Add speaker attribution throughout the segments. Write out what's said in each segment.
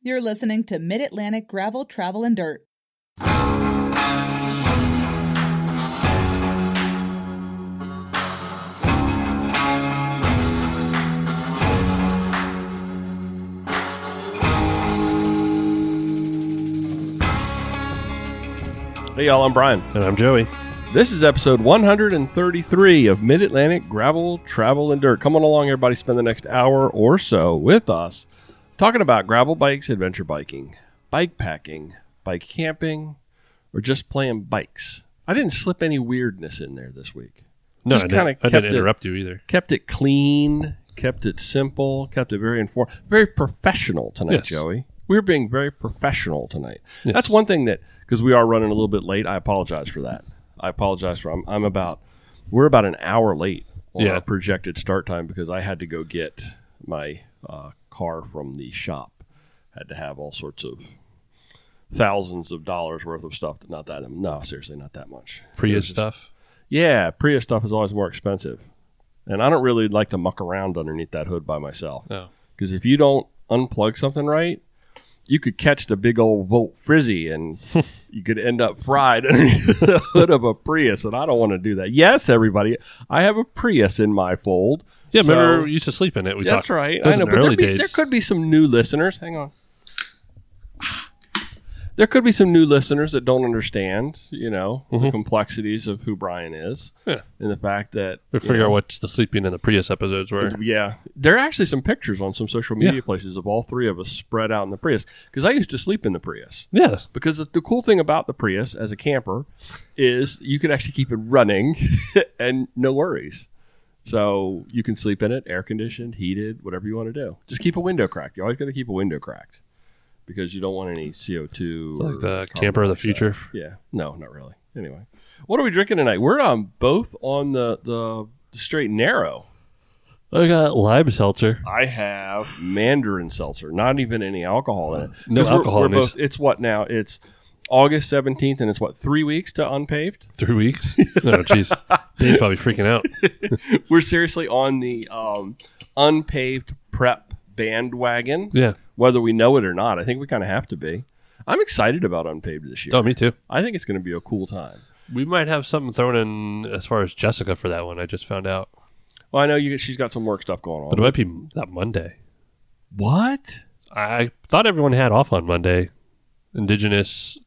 Speaker 1: You're listening to Mid Atlantic Gravel, Travel, and Dirt.
Speaker 2: Hey, y'all, I'm Brian.
Speaker 3: And I'm Joey.
Speaker 2: This is episode 133 of Mid Atlantic Gravel, Travel, and Dirt. Come on along, everybody, spend the next hour or so with us talking about gravel bikes, adventure biking, bike packing, bike camping, or just playing bikes. I didn't slip any weirdness in there this week.
Speaker 3: No,
Speaker 2: Just
Speaker 3: I didn't,
Speaker 2: kinda
Speaker 3: I
Speaker 2: kept
Speaker 3: didn't
Speaker 2: it-
Speaker 3: interrupt you either.
Speaker 2: Kept it clean, kept it simple, kept it very informed, very professional tonight,
Speaker 3: Yes.
Speaker 2: Joey. We're being very professional tonight. That's one thing that because we are running a little bit late. I apologize for that. I apologize for I'm, I'm about we're about an hour late on
Speaker 3: Yeah.
Speaker 2: our projected start time because I had to go get my uh, car from the shop. Had to have all sorts of thousands of dollars worth of stuff. Not that no, seriously, not that much. It
Speaker 3: Prius
Speaker 2: was just-
Speaker 3: stuff.
Speaker 2: yeah, Prius stuff is always more expensive. And I don't really like to muck around underneath that hood by myself.
Speaker 3: No.
Speaker 2: Because if you don't unplug something right, you could catch the big old Volt Frizzy and you could end up fried underneath the hood of a Prius. And I don't want to do that. Yes, everybody, I have a Prius in my fold.
Speaker 3: Yeah, remember
Speaker 2: So-
Speaker 3: we used to sleep in it. We
Speaker 2: that's
Speaker 3: talked-
Speaker 2: right.
Speaker 3: Those
Speaker 2: I know,
Speaker 3: are
Speaker 2: but there,
Speaker 3: early
Speaker 2: be,
Speaker 3: days.
Speaker 2: there could be some new listeners. Hang on. There could be some new listeners that don't understand, you know, the complexities of who Brian is,
Speaker 3: Mm-hmm. Yeah.
Speaker 2: and the fact that
Speaker 3: we
Speaker 2: you
Speaker 3: figure
Speaker 2: know,
Speaker 3: out what the sleeping in the Prius episodes were.
Speaker 2: Yeah, there are actually some pictures on some social media
Speaker 3: Yeah.
Speaker 2: places of all three of us spread out in the Prius because I used to sleep in the Prius.
Speaker 3: Yes.
Speaker 2: Because the, the cool thing about the Prius as a camper is you can actually keep it running and no worries. So you can sleep in it, air conditioned, heated, whatever you want to do. Just keep a window cracked. You always got to keep a window cracked because you don't want any CO2.
Speaker 3: Like
Speaker 2: or
Speaker 3: the
Speaker 2: carbon
Speaker 3: camper of the
Speaker 2: dioxide.
Speaker 3: future.
Speaker 2: Yeah. No, not really. Anyway, what are we drinking tonight? We're on both on the, the straight and narrow.
Speaker 3: I got lime seltzer.
Speaker 2: I have Mandarin seltzer, not even any alcohol in it.
Speaker 3: Uh, No
Speaker 2: 'Cause we're-
Speaker 3: alcohol
Speaker 2: We're
Speaker 3: in this.
Speaker 2: both, it's what now? It's August 17th, and it's what, three weeks to unpaved?
Speaker 3: Three weeks? No, Oh, jeez. Dave's probably freaking out.
Speaker 2: We're seriously on the um, unpaved prep bandwagon,
Speaker 3: Yeah.
Speaker 2: whether we know it or not. I think we kind of have to be. I'm excited about unpaved this year.
Speaker 3: Oh, me too.
Speaker 2: I think it's going to be a cool time.
Speaker 3: We might have something thrown in as far as Jessica for that one. I just found out.
Speaker 2: Well, I know you, she's got some work stuff going on.
Speaker 3: But it might be that Monday.
Speaker 2: what?
Speaker 3: I thought everyone had off on Monday, Indigenous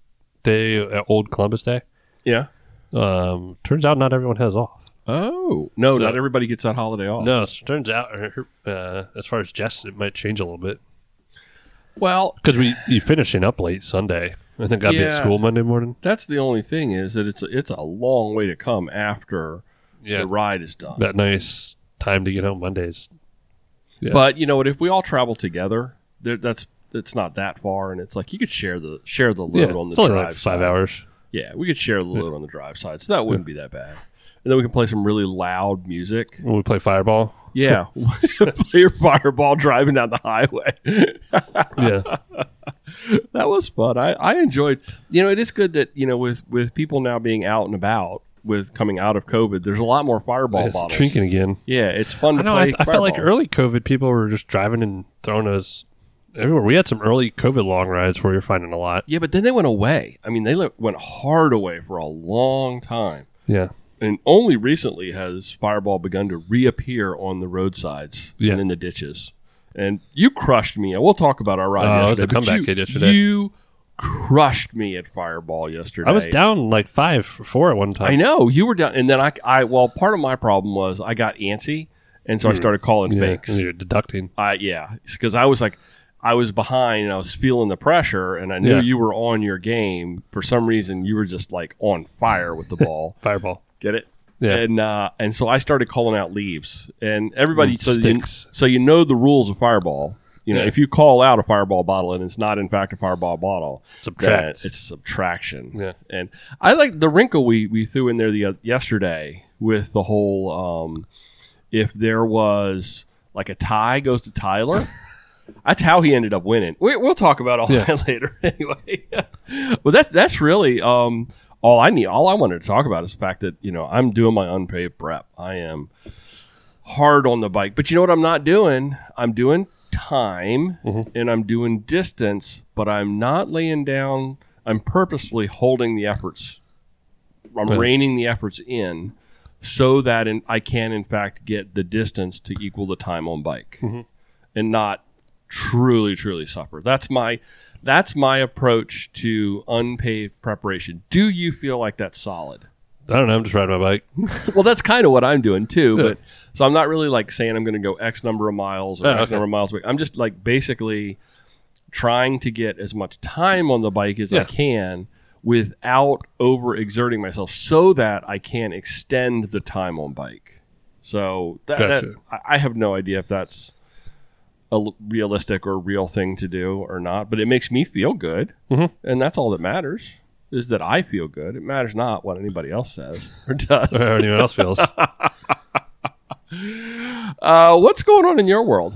Speaker 3: Day, uh, Old Columbus Day.
Speaker 2: Yeah.
Speaker 3: Um, turns out not everyone has off.
Speaker 2: Oh no!
Speaker 3: So-
Speaker 2: not everybody gets that holiday off.
Speaker 3: No, so turns out her- uh, as far as Jess, it might change a little bit
Speaker 2: Well,
Speaker 3: because we you finishing up late Sunday and then got to be at
Speaker 2: Yeah.
Speaker 3: school Monday morning.
Speaker 2: that's the only thing is that it's a, it's a long way to come after
Speaker 3: Yeah,
Speaker 2: the ride is done.
Speaker 3: that nice time to get home Mondays. Yeah.
Speaker 2: But you know what? If we all travel together, there, that's it's not that far, and it's like you could share the share the load
Speaker 3: yeah,
Speaker 2: on the
Speaker 3: it's only
Speaker 2: drive
Speaker 3: like five
Speaker 2: side.
Speaker 3: hours.
Speaker 2: Yeah, we could share the load on the drive side, so that wouldn't be that bad. And then we can play some really loud music.
Speaker 3: When we play Fireball,
Speaker 2: Yeah, play your fireball driving down the highway.
Speaker 3: yeah,
Speaker 2: that was fun. I, I enjoyed. You know, it is good that you know with with people now being out and about with coming out of COVID, there's a lot more fireball
Speaker 3: it's
Speaker 2: bottles.
Speaker 3: drinking again.
Speaker 2: Yeah, it's fun
Speaker 3: I
Speaker 2: to
Speaker 3: know.
Speaker 2: play.
Speaker 3: I, I felt like
Speaker 2: Fireball.
Speaker 3: early COVID people were just driving and throwing us everywhere. We had some early COVID long rides where you're finding a lot.
Speaker 2: Yeah, but then they went away. I mean, they le- went hard away for a long time.
Speaker 3: Yeah,
Speaker 2: And only recently has Fireball begun to reappear on the roadsides
Speaker 3: Yeah.
Speaker 2: and in the ditches. And you crushed me. And we'll talk about our ride
Speaker 3: Oh, it was
Speaker 2: yesterday.
Speaker 3: a
Speaker 2: but
Speaker 3: comeback
Speaker 2: you,
Speaker 3: kid yesterday.
Speaker 2: You crushed me at Fireball yesterday.
Speaker 3: I was down like five or four at one time.
Speaker 2: I know. You were down. And then I, I well, part of my problem was I got antsy. And so I started calling
Speaker 3: Hmm. Yeah,
Speaker 2: fakes.
Speaker 3: and you're deducting.
Speaker 2: I yeah, because I was like, I was behind and I was feeling the pressure, and I knew
Speaker 3: Yeah.
Speaker 2: you were on your game. For some reason, you were just like on fire with the ball.
Speaker 3: Fireball.
Speaker 2: Get it?
Speaker 3: Yeah.
Speaker 2: And uh, and so I started calling out leaves, and everybody
Speaker 3: Mm,
Speaker 2: so you,
Speaker 3: sticks.
Speaker 2: so you know the rules of fireball. You know,
Speaker 3: Yeah.
Speaker 2: if you call out a fireball bottle and it's not in fact a fireball bottle,
Speaker 3: Subtract.
Speaker 2: that it's subtraction.
Speaker 3: Yeah.
Speaker 2: And I like the wrinkle we, we threw in there the uh, yesterday with the whole um, if there was like a tie goes to Tyler. That's how he ended up winning. We, we'll talk about all
Speaker 3: Yeah.
Speaker 2: that later anyway. but that that's really um, all I need. All I wanted to talk about is the fact that you know I'm doing my unpaid prep. I am hard on the bike, but you know what I'm not doing? I'm doing time
Speaker 3: Mhm.
Speaker 2: and I'm doing distance, but I'm not laying down. I'm purposely holding the efforts. I'm
Speaker 3: Right.
Speaker 2: reining the efforts in so that in, I can, in fact, get the distance to equal the time on bike and not truly, truly suffer. That's my. That's my approach to unpaved preparation. Do you feel like that's solid?
Speaker 3: I don't know. I'm just riding my bike.
Speaker 2: Well, that's kind of what I'm doing too.
Speaker 3: Yeah.
Speaker 2: But so I'm not really like saying I'm going to go X number of miles or
Speaker 3: Oh,
Speaker 2: X
Speaker 3: okay.
Speaker 2: number of miles. away. I'm just like basically trying to get as much time on the bike as I
Speaker 3: Yeah.
Speaker 2: can without overexerting myself so that I can extend the time on bike. So that, that-
Speaker 3: Gotcha.
Speaker 2: I I have no idea if that's a l- realistic or real thing to do or not, but it makes me feel good.
Speaker 3: Mhm.
Speaker 2: And that's all that matters is that I feel good. It matters not what anybody else says or does.
Speaker 3: How anyone else feels.
Speaker 2: Uh, what's going on in your world?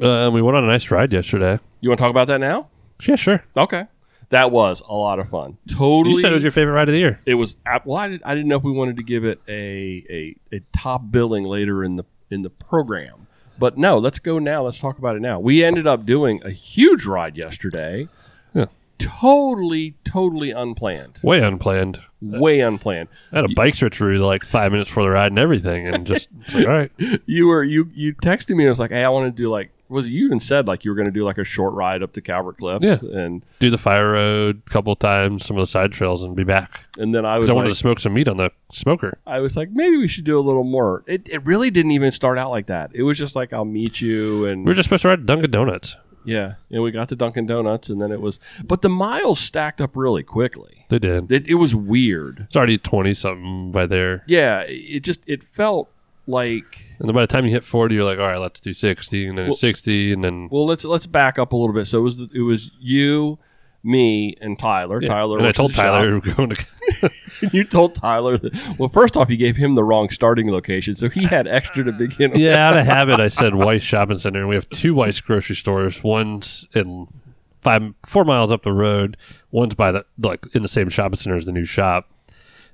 Speaker 3: Uh, we went on a nice ride yesterday.
Speaker 2: You want to talk about that now?
Speaker 3: Yeah, sure.
Speaker 2: Okay. That was a lot of fun. Totally.
Speaker 3: You said it was your favorite ride of the year.
Speaker 2: it was ab- well, I, did, I didn't know if we wanted to give it a, a, a top billing later in the in the program. But no, let's go now. Let's talk about it now. We ended up doing a huge ride yesterday.
Speaker 3: Yeah.
Speaker 2: Totally, totally unplanned.
Speaker 3: Way unplanned.
Speaker 2: Way unplanned.
Speaker 3: I had a bike search through like five minutes before the ride and everything, and just it's like, all right,
Speaker 2: You were you you texted me and was like, Hey, I want to do like was it- you even said like you were gonna do like a short ride up to Calvert Cliffs
Speaker 3: Yeah.
Speaker 2: and
Speaker 3: do the fire road a couple times, some of the side trails, and be back.
Speaker 2: and then I was
Speaker 3: Because I wanted
Speaker 2: like,
Speaker 3: to smoke some meat on the smoker.
Speaker 2: I was like, maybe we should do a little more. It, it really didn't even start out like that. It was just like, I'll meet you. And
Speaker 3: We were just supposed to ride Dunkin' Donuts.
Speaker 2: yeah, and we got to Dunkin' Donuts. And then it was, but the miles stacked up really quickly.
Speaker 3: They did.
Speaker 2: It, it was weird.
Speaker 3: It's already twenty something by there,
Speaker 2: Yeah, it just, it felt like,
Speaker 3: and then by the time you hit forty, you're like, all right, let's do sixty, and then
Speaker 2: Well-
Speaker 3: sixty, and then
Speaker 2: well, let's, let's back up a little bit. So it was, it was you, me, and Tyler.
Speaker 3: Yeah.
Speaker 2: Tyler,
Speaker 3: And I
Speaker 2: works at
Speaker 3: told
Speaker 2: the shop.
Speaker 3: Tyler we were going to.
Speaker 2: you told Tyler, that, well, first off, you gave him the wrong starting location. So he had extra to begin with.
Speaker 3: yeah, out of habit, I said Weiss Shopping Center, and we have two Weiss grocery stores. One's in five four miles up the road. One's by the like in the same shopping center as the new shop.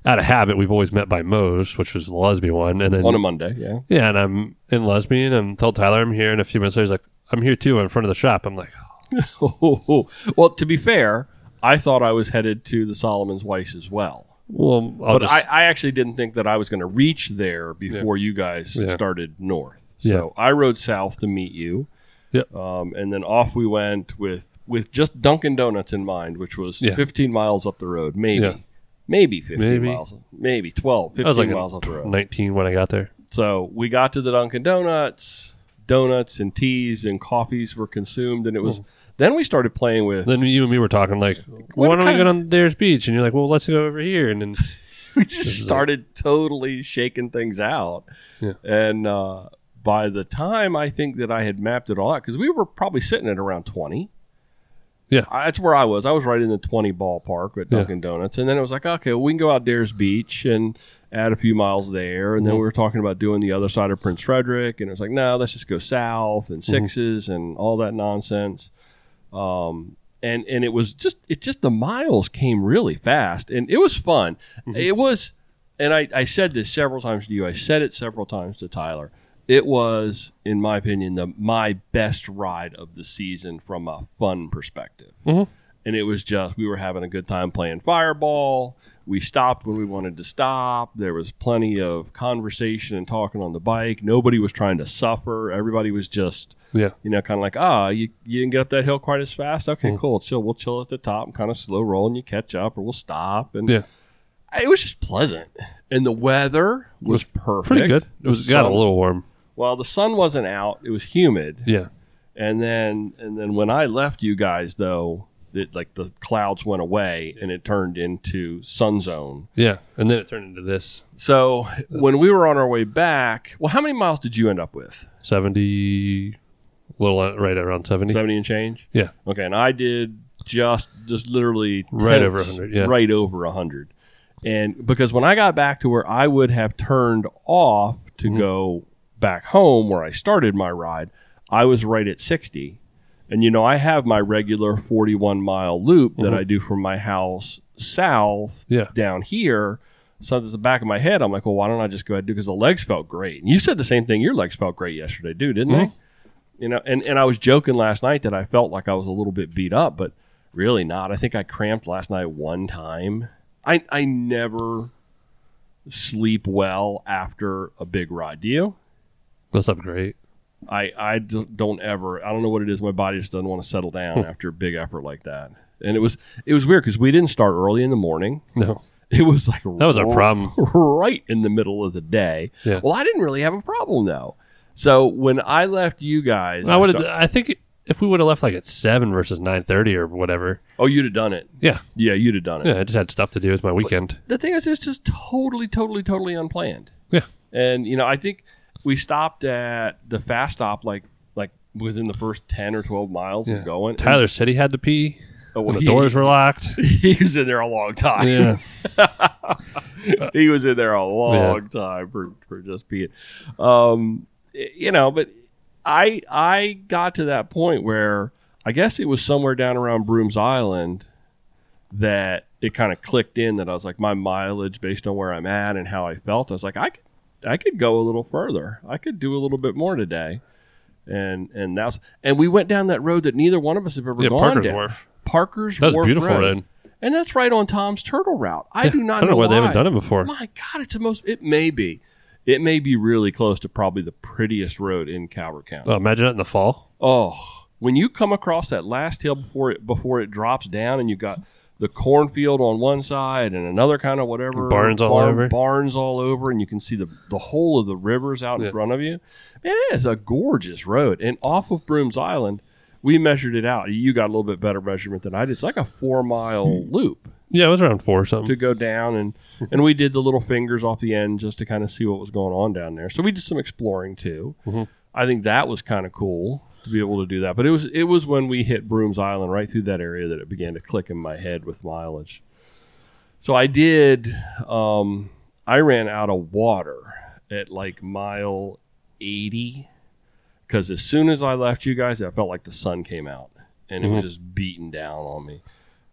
Speaker 3: Out of habit, we've always met by Moe's, which was the lesbian one, and then
Speaker 2: On a Monday. Yeah.
Speaker 3: yeah, and I'm in lesbian and told Tyler I'm here, and a few minutes later he's like, I'm here too, I'm in front of the shop. I'm like,
Speaker 2: Well, to be fair, I thought I was headed to the Solomon's Weiss as well.
Speaker 3: well, I'll
Speaker 2: But
Speaker 3: just,
Speaker 2: I, I actually didn't think that I was going to reach there before you guys
Speaker 3: Yeah.
Speaker 2: started north.
Speaker 3: Yeah.
Speaker 2: So I rode south to meet you.
Speaker 3: Yep.
Speaker 2: Um, and then off we went with with just Dunkin' Donuts in mind, which was
Speaker 3: Yeah.
Speaker 2: 15 miles up the road, maybe.
Speaker 3: Yeah.
Speaker 2: Maybe 15
Speaker 3: Maybe.
Speaker 2: miles, maybe 12,
Speaker 3: I
Speaker 2: 15
Speaker 3: was like
Speaker 2: miles up the road.
Speaker 3: 19 when I got there.
Speaker 2: So we got to the Dunkin' Donuts, donuts and teas and coffees were consumed, and it
Speaker 3: Hmm.
Speaker 2: was. Then we started playing with
Speaker 3: Then you and me were talking like, why don't we
Speaker 2: kind
Speaker 3: go
Speaker 2: of-
Speaker 3: down to Dare's Beach? And you're like, well, let's go over here, and then
Speaker 2: we just started totally shaking things out.
Speaker 3: Yeah.
Speaker 2: And uh, by the time I think that I had mapped it all out, because we were probably sitting at around 20.
Speaker 3: Yeah.
Speaker 2: I, that's where I was. I was right in the 20 ballpark at
Speaker 3: Yeah.
Speaker 2: Dunkin' Donuts. And then it was like, okay, well, we can go out Dares Beach and add a few miles there. And then
Speaker 3: Mm-hmm.
Speaker 2: we were talking about doing the other side of Prince Frederick. And it was like, no, let's just go south
Speaker 3: Mm-hmm.
Speaker 2: and 6s and all that nonsense. Um, and and it was just it just the miles came really fast and it was fun it was and I, I said this several times to you i said it several times to tyler it was in my opinion the my best ride of the season from a fun perspective
Speaker 3: Mhm.
Speaker 2: and it was just we were having a good time playing fireball we stopped when we wanted to stop there was plenty of conversation and talking on the bike nobody was trying to suffer everybody was just
Speaker 3: yeah,
Speaker 2: you know, kind of like, ah, you, you didn't get up that hill quite as fast.
Speaker 3: Hmm.
Speaker 2: Okay, cool. Chill. We'll chill at the top and kind of slow roll and you catch up or we'll stop. And
Speaker 3: Yeah.
Speaker 2: it was just pleasant. And the weather was perfect.
Speaker 3: pretty good. It
Speaker 2: The
Speaker 3: was got a
Speaker 2: sun-
Speaker 3: little warm.
Speaker 2: Well, the sun wasn't out. It was humid.
Speaker 3: Yeah,
Speaker 2: And then, and then when I left you guys, though, it, like the clouds went away and it turned into sun zone.
Speaker 3: yeah, and then it turned into this
Speaker 2: So when we were on our way back, well, how many miles did you end up with?
Speaker 3: seventy, little uh, right around seventy.
Speaker 2: 70 and change?
Speaker 3: Yeah,
Speaker 2: Okay, and I did just just literally
Speaker 3: Right
Speaker 2: tenths,
Speaker 3: over 100, yeah.
Speaker 2: right over hundred, and because when I got back to where I would have turned off to
Speaker 3: Mm-hmm.
Speaker 2: go back home where I started my ride, I was right at sixty, and you know I have my regular forty-one mile loop
Speaker 3: Mm-hmm.
Speaker 2: that I do from my house south
Speaker 3: Yeah.
Speaker 2: down here. So at the back of my head, I'm like, well, why don't I just go ahead and do? Because the legs felt great, and you said the same thing. Your legs felt great yesterday, too, didn't they? You know, and, and I was joking last night that I felt like I was a little bit beat up, but really not. I think I cramped last night one time. I I never sleep well after a big ride. Do you?
Speaker 3: That's up great.
Speaker 2: I I d- don't ever. I don't know what it is. My body just doesn't want to settle down after a big effort like that. And it was it was weird because we didn't start early in the morning.
Speaker 3: No,
Speaker 2: It was like that
Speaker 3: was our problem.
Speaker 2: right in the middle of the day.
Speaker 3: Yeah.
Speaker 2: Well, I didn't really have a problem though. So when I left you guys,
Speaker 3: I would.
Speaker 2: sta-
Speaker 3: I think if we would have left like at seven versus nine thirty or whatever.
Speaker 2: oh, you'd have done it.
Speaker 3: Yeah,
Speaker 2: Yeah, you'd have done it.
Speaker 3: yeah. I just had stuff to do with my weekend.
Speaker 2: The thing is, it's just totally, totally, totally unplanned.
Speaker 3: Yeah,
Speaker 2: And you know, I think we stopped at the fast stop like like within the first ten or twelve miles
Speaker 3: Yeah.
Speaker 2: of going.
Speaker 3: Tyler said he had to pee.
Speaker 2: Oh, well,
Speaker 3: When the
Speaker 2: he-
Speaker 3: doors were locked.
Speaker 2: he was in there a long time.
Speaker 3: Yeah,
Speaker 2: he was in there a long time for, for just being, um, y- you know. But I I got to that point where I guess it was somewhere down around Brooms Island that it kind of clicked in that I was like my mileage based on where I'm at and how I felt. I was like I could I could go a little further. I could do a little bit more today. And and that's and we went down that road that neither one of us have ever
Speaker 3: yeah.
Speaker 2: gone
Speaker 3: Parker's
Speaker 2: down.
Speaker 3: Wharf.
Speaker 2: Parker's
Speaker 3: That was
Speaker 2: Wharf
Speaker 3: beautiful
Speaker 2: road.
Speaker 3: road.
Speaker 2: And that's right on Tom's turtle route. I do not
Speaker 3: I don't know why they haven't done it before.
Speaker 2: My God, it's the most. It may be. It may be really close to probably the prettiest road in Calvert County.
Speaker 3: Oh, imagine that in the fall.
Speaker 2: Oh, when you come across that last hill before it before it drops down, and you got the cornfield on one side and another kind of whatever
Speaker 3: Barns all
Speaker 2: farm-
Speaker 3: over.
Speaker 2: barns all over, and you can see the the whole of the rivers out
Speaker 3: Yeah.
Speaker 2: in front of you. Man, it is a gorgeous road, and off of Brooms Island. We measured it out. You got a little bit better measurement than I did. It's like a four mile
Speaker 3: Hmm.
Speaker 2: loop
Speaker 3: Yeah, it was around four or something.
Speaker 2: to go down and and we did the little fingers off the end just to kind of see what was going on down there. So we did some exploring too. I think that was kind of cool to be able to do that. But it was it was when we hit Brooms Island right through that area that it began to click in my head with mileage. So I did um I ran out of water at like mile 80 cuz as soon as I left you guys I felt like the sun came out and it was
Speaker 3: Mm-hmm.
Speaker 2: just beating down on me.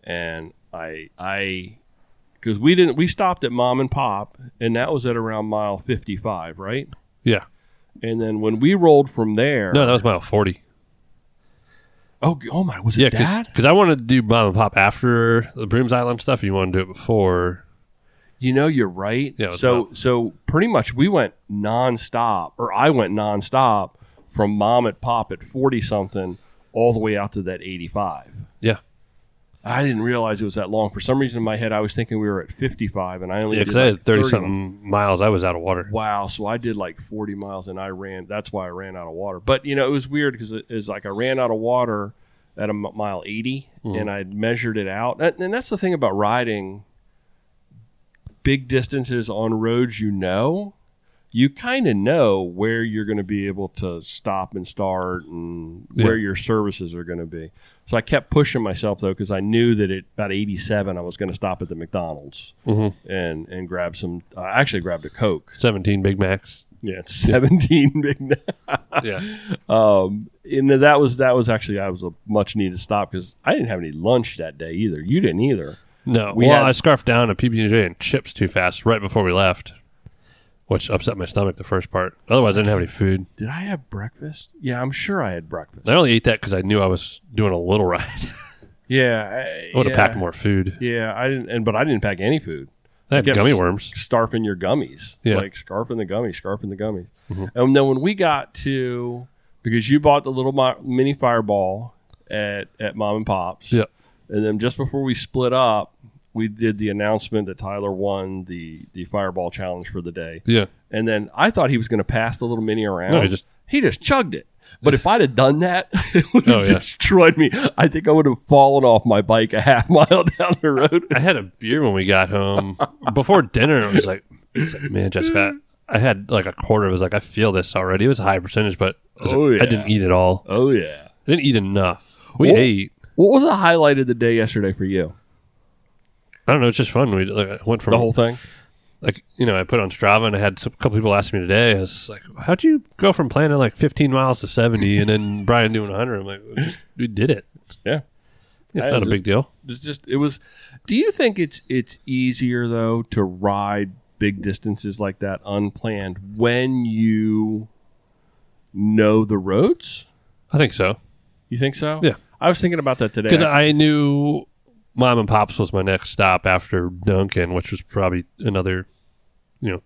Speaker 2: And I I because we didn't we stopped at mom and pop and that was at around mile 55 right
Speaker 3: Yeah.
Speaker 2: and then when we rolled from there
Speaker 3: No, that was mile forty.
Speaker 2: oh, g- oh my was
Speaker 3: Yeah,
Speaker 2: it
Speaker 3: because
Speaker 2: that
Speaker 3: I wanted to do mom and pop after the Brooms Island stuff. You want to do it before?
Speaker 2: you know you're right
Speaker 3: Yeah, it was
Speaker 2: so
Speaker 3: about-
Speaker 2: so pretty much we went nonstop or i went nonstop from mom and pop at 40 something all the way out to that 85
Speaker 3: Yeah,
Speaker 2: i didn't realize it was that long for some reason in my head i was thinking we were at 55 and i only
Speaker 3: yeah.
Speaker 2: did
Speaker 3: Because I had
Speaker 2: like 30
Speaker 3: thirty
Speaker 2: miles.
Speaker 3: something miles. I was out of water.
Speaker 2: wow so i did like 40 miles and i ran that's why i ran out of water but you know it was weird because it is like i ran out of water at a m- mile 80 and i measured it out and, and that's the thing about riding big distances on roads you know you kind of know where you're going to be able to stop and start and where your services are going to be so i kept pushing myself though because i knew that at about 87 i was going to stop at the mcdonald's and and grab some i actually grabbed a coke
Speaker 3: Seventeen Big Macs.
Speaker 2: yeah, it's seventeen big. n-
Speaker 3: Yeah,
Speaker 2: Um, and that was that was actually I was a much needed stop because I didn't have any lunch that day either. You didn't either.
Speaker 3: no.
Speaker 2: We
Speaker 3: well,
Speaker 2: had-
Speaker 3: I scarfed down a PB and J and chips too fast right before we left, which upset my stomach the first part. Otherwise, I didn't have any food.
Speaker 2: Did I have breakfast? Yeah, I'm sure I had breakfast.
Speaker 3: And I only ate that because I knew I was doing a little ride.
Speaker 2: Yeah,
Speaker 3: I would
Speaker 2: yeah,
Speaker 3: have packed more food.
Speaker 2: Yeah, I didn't, and but I didn't pack any food.
Speaker 3: I had
Speaker 2: Yes.
Speaker 3: gummy worms.
Speaker 2: Starfing your gummies,
Speaker 3: Yeah. Mm-hmm.
Speaker 2: like scarfing the gummies, scarfing the gummies. And then when we got to because you bought the little mi- mini fireball at at mom and pops.
Speaker 3: Yeah.
Speaker 2: And then just before we split up, we did the announcement that Tyler won the the fireball challenge for the day.
Speaker 3: Yeah,
Speaker 2: And then I thought he was going to pass the little mini around.
Speaker 3: No, he just-
Speaker 2: he just chugged it. But if I'd have done that, it would have
Speaker 3: Oh, yeah.
Speaker 2: destroyed me. I think I would have fallen off my bike a half mile down the road.
Speaker 3: I had a beer when we got home before dinner. and I was like, it's like, man, Jessica, I had like a quarter. I was like, I feel this already. It was a high percentage, but I, was like,
Speaker 2: Oh, yeah.
Speaker 3: I didn't eat at all.
Speaker 2: Oh yeah.
Speaker 3: I didn't eat enough. We
Speaker 2: Well-
Speaker 3: ate.
Speaker 2: What was the highlight of the day yesterday for you?
Speaker 3: I don't know. It's just fun. We like, I went from
Speaker 2: The whole thing.
Speaker 3: like you know I put on Strava and I had some, a couple people ask me today. I was like, how'd you go from planning like 15 miles to 70 and then Brian doing 100? I'm like, we, just- we did it.
Speaker 2: Yeah.
Speaker 3: Yeah,
Speaker 2: I
Speaker 3: not a
Speaker 2: was-
Speaker 3: big deal.
Speaker 2: It's just it was. Do you think it's it's easier though to ride big distances like that unplanned when you know the roads?
Speaker 3: I think so.
Speaker 2: You think so?
Speaker 3: Yeah.
Speaker 2: I was thinking about that today.
Speaker 3: Because I knew Mom and Pops was my next stop after Duncan, which was probably another, you know,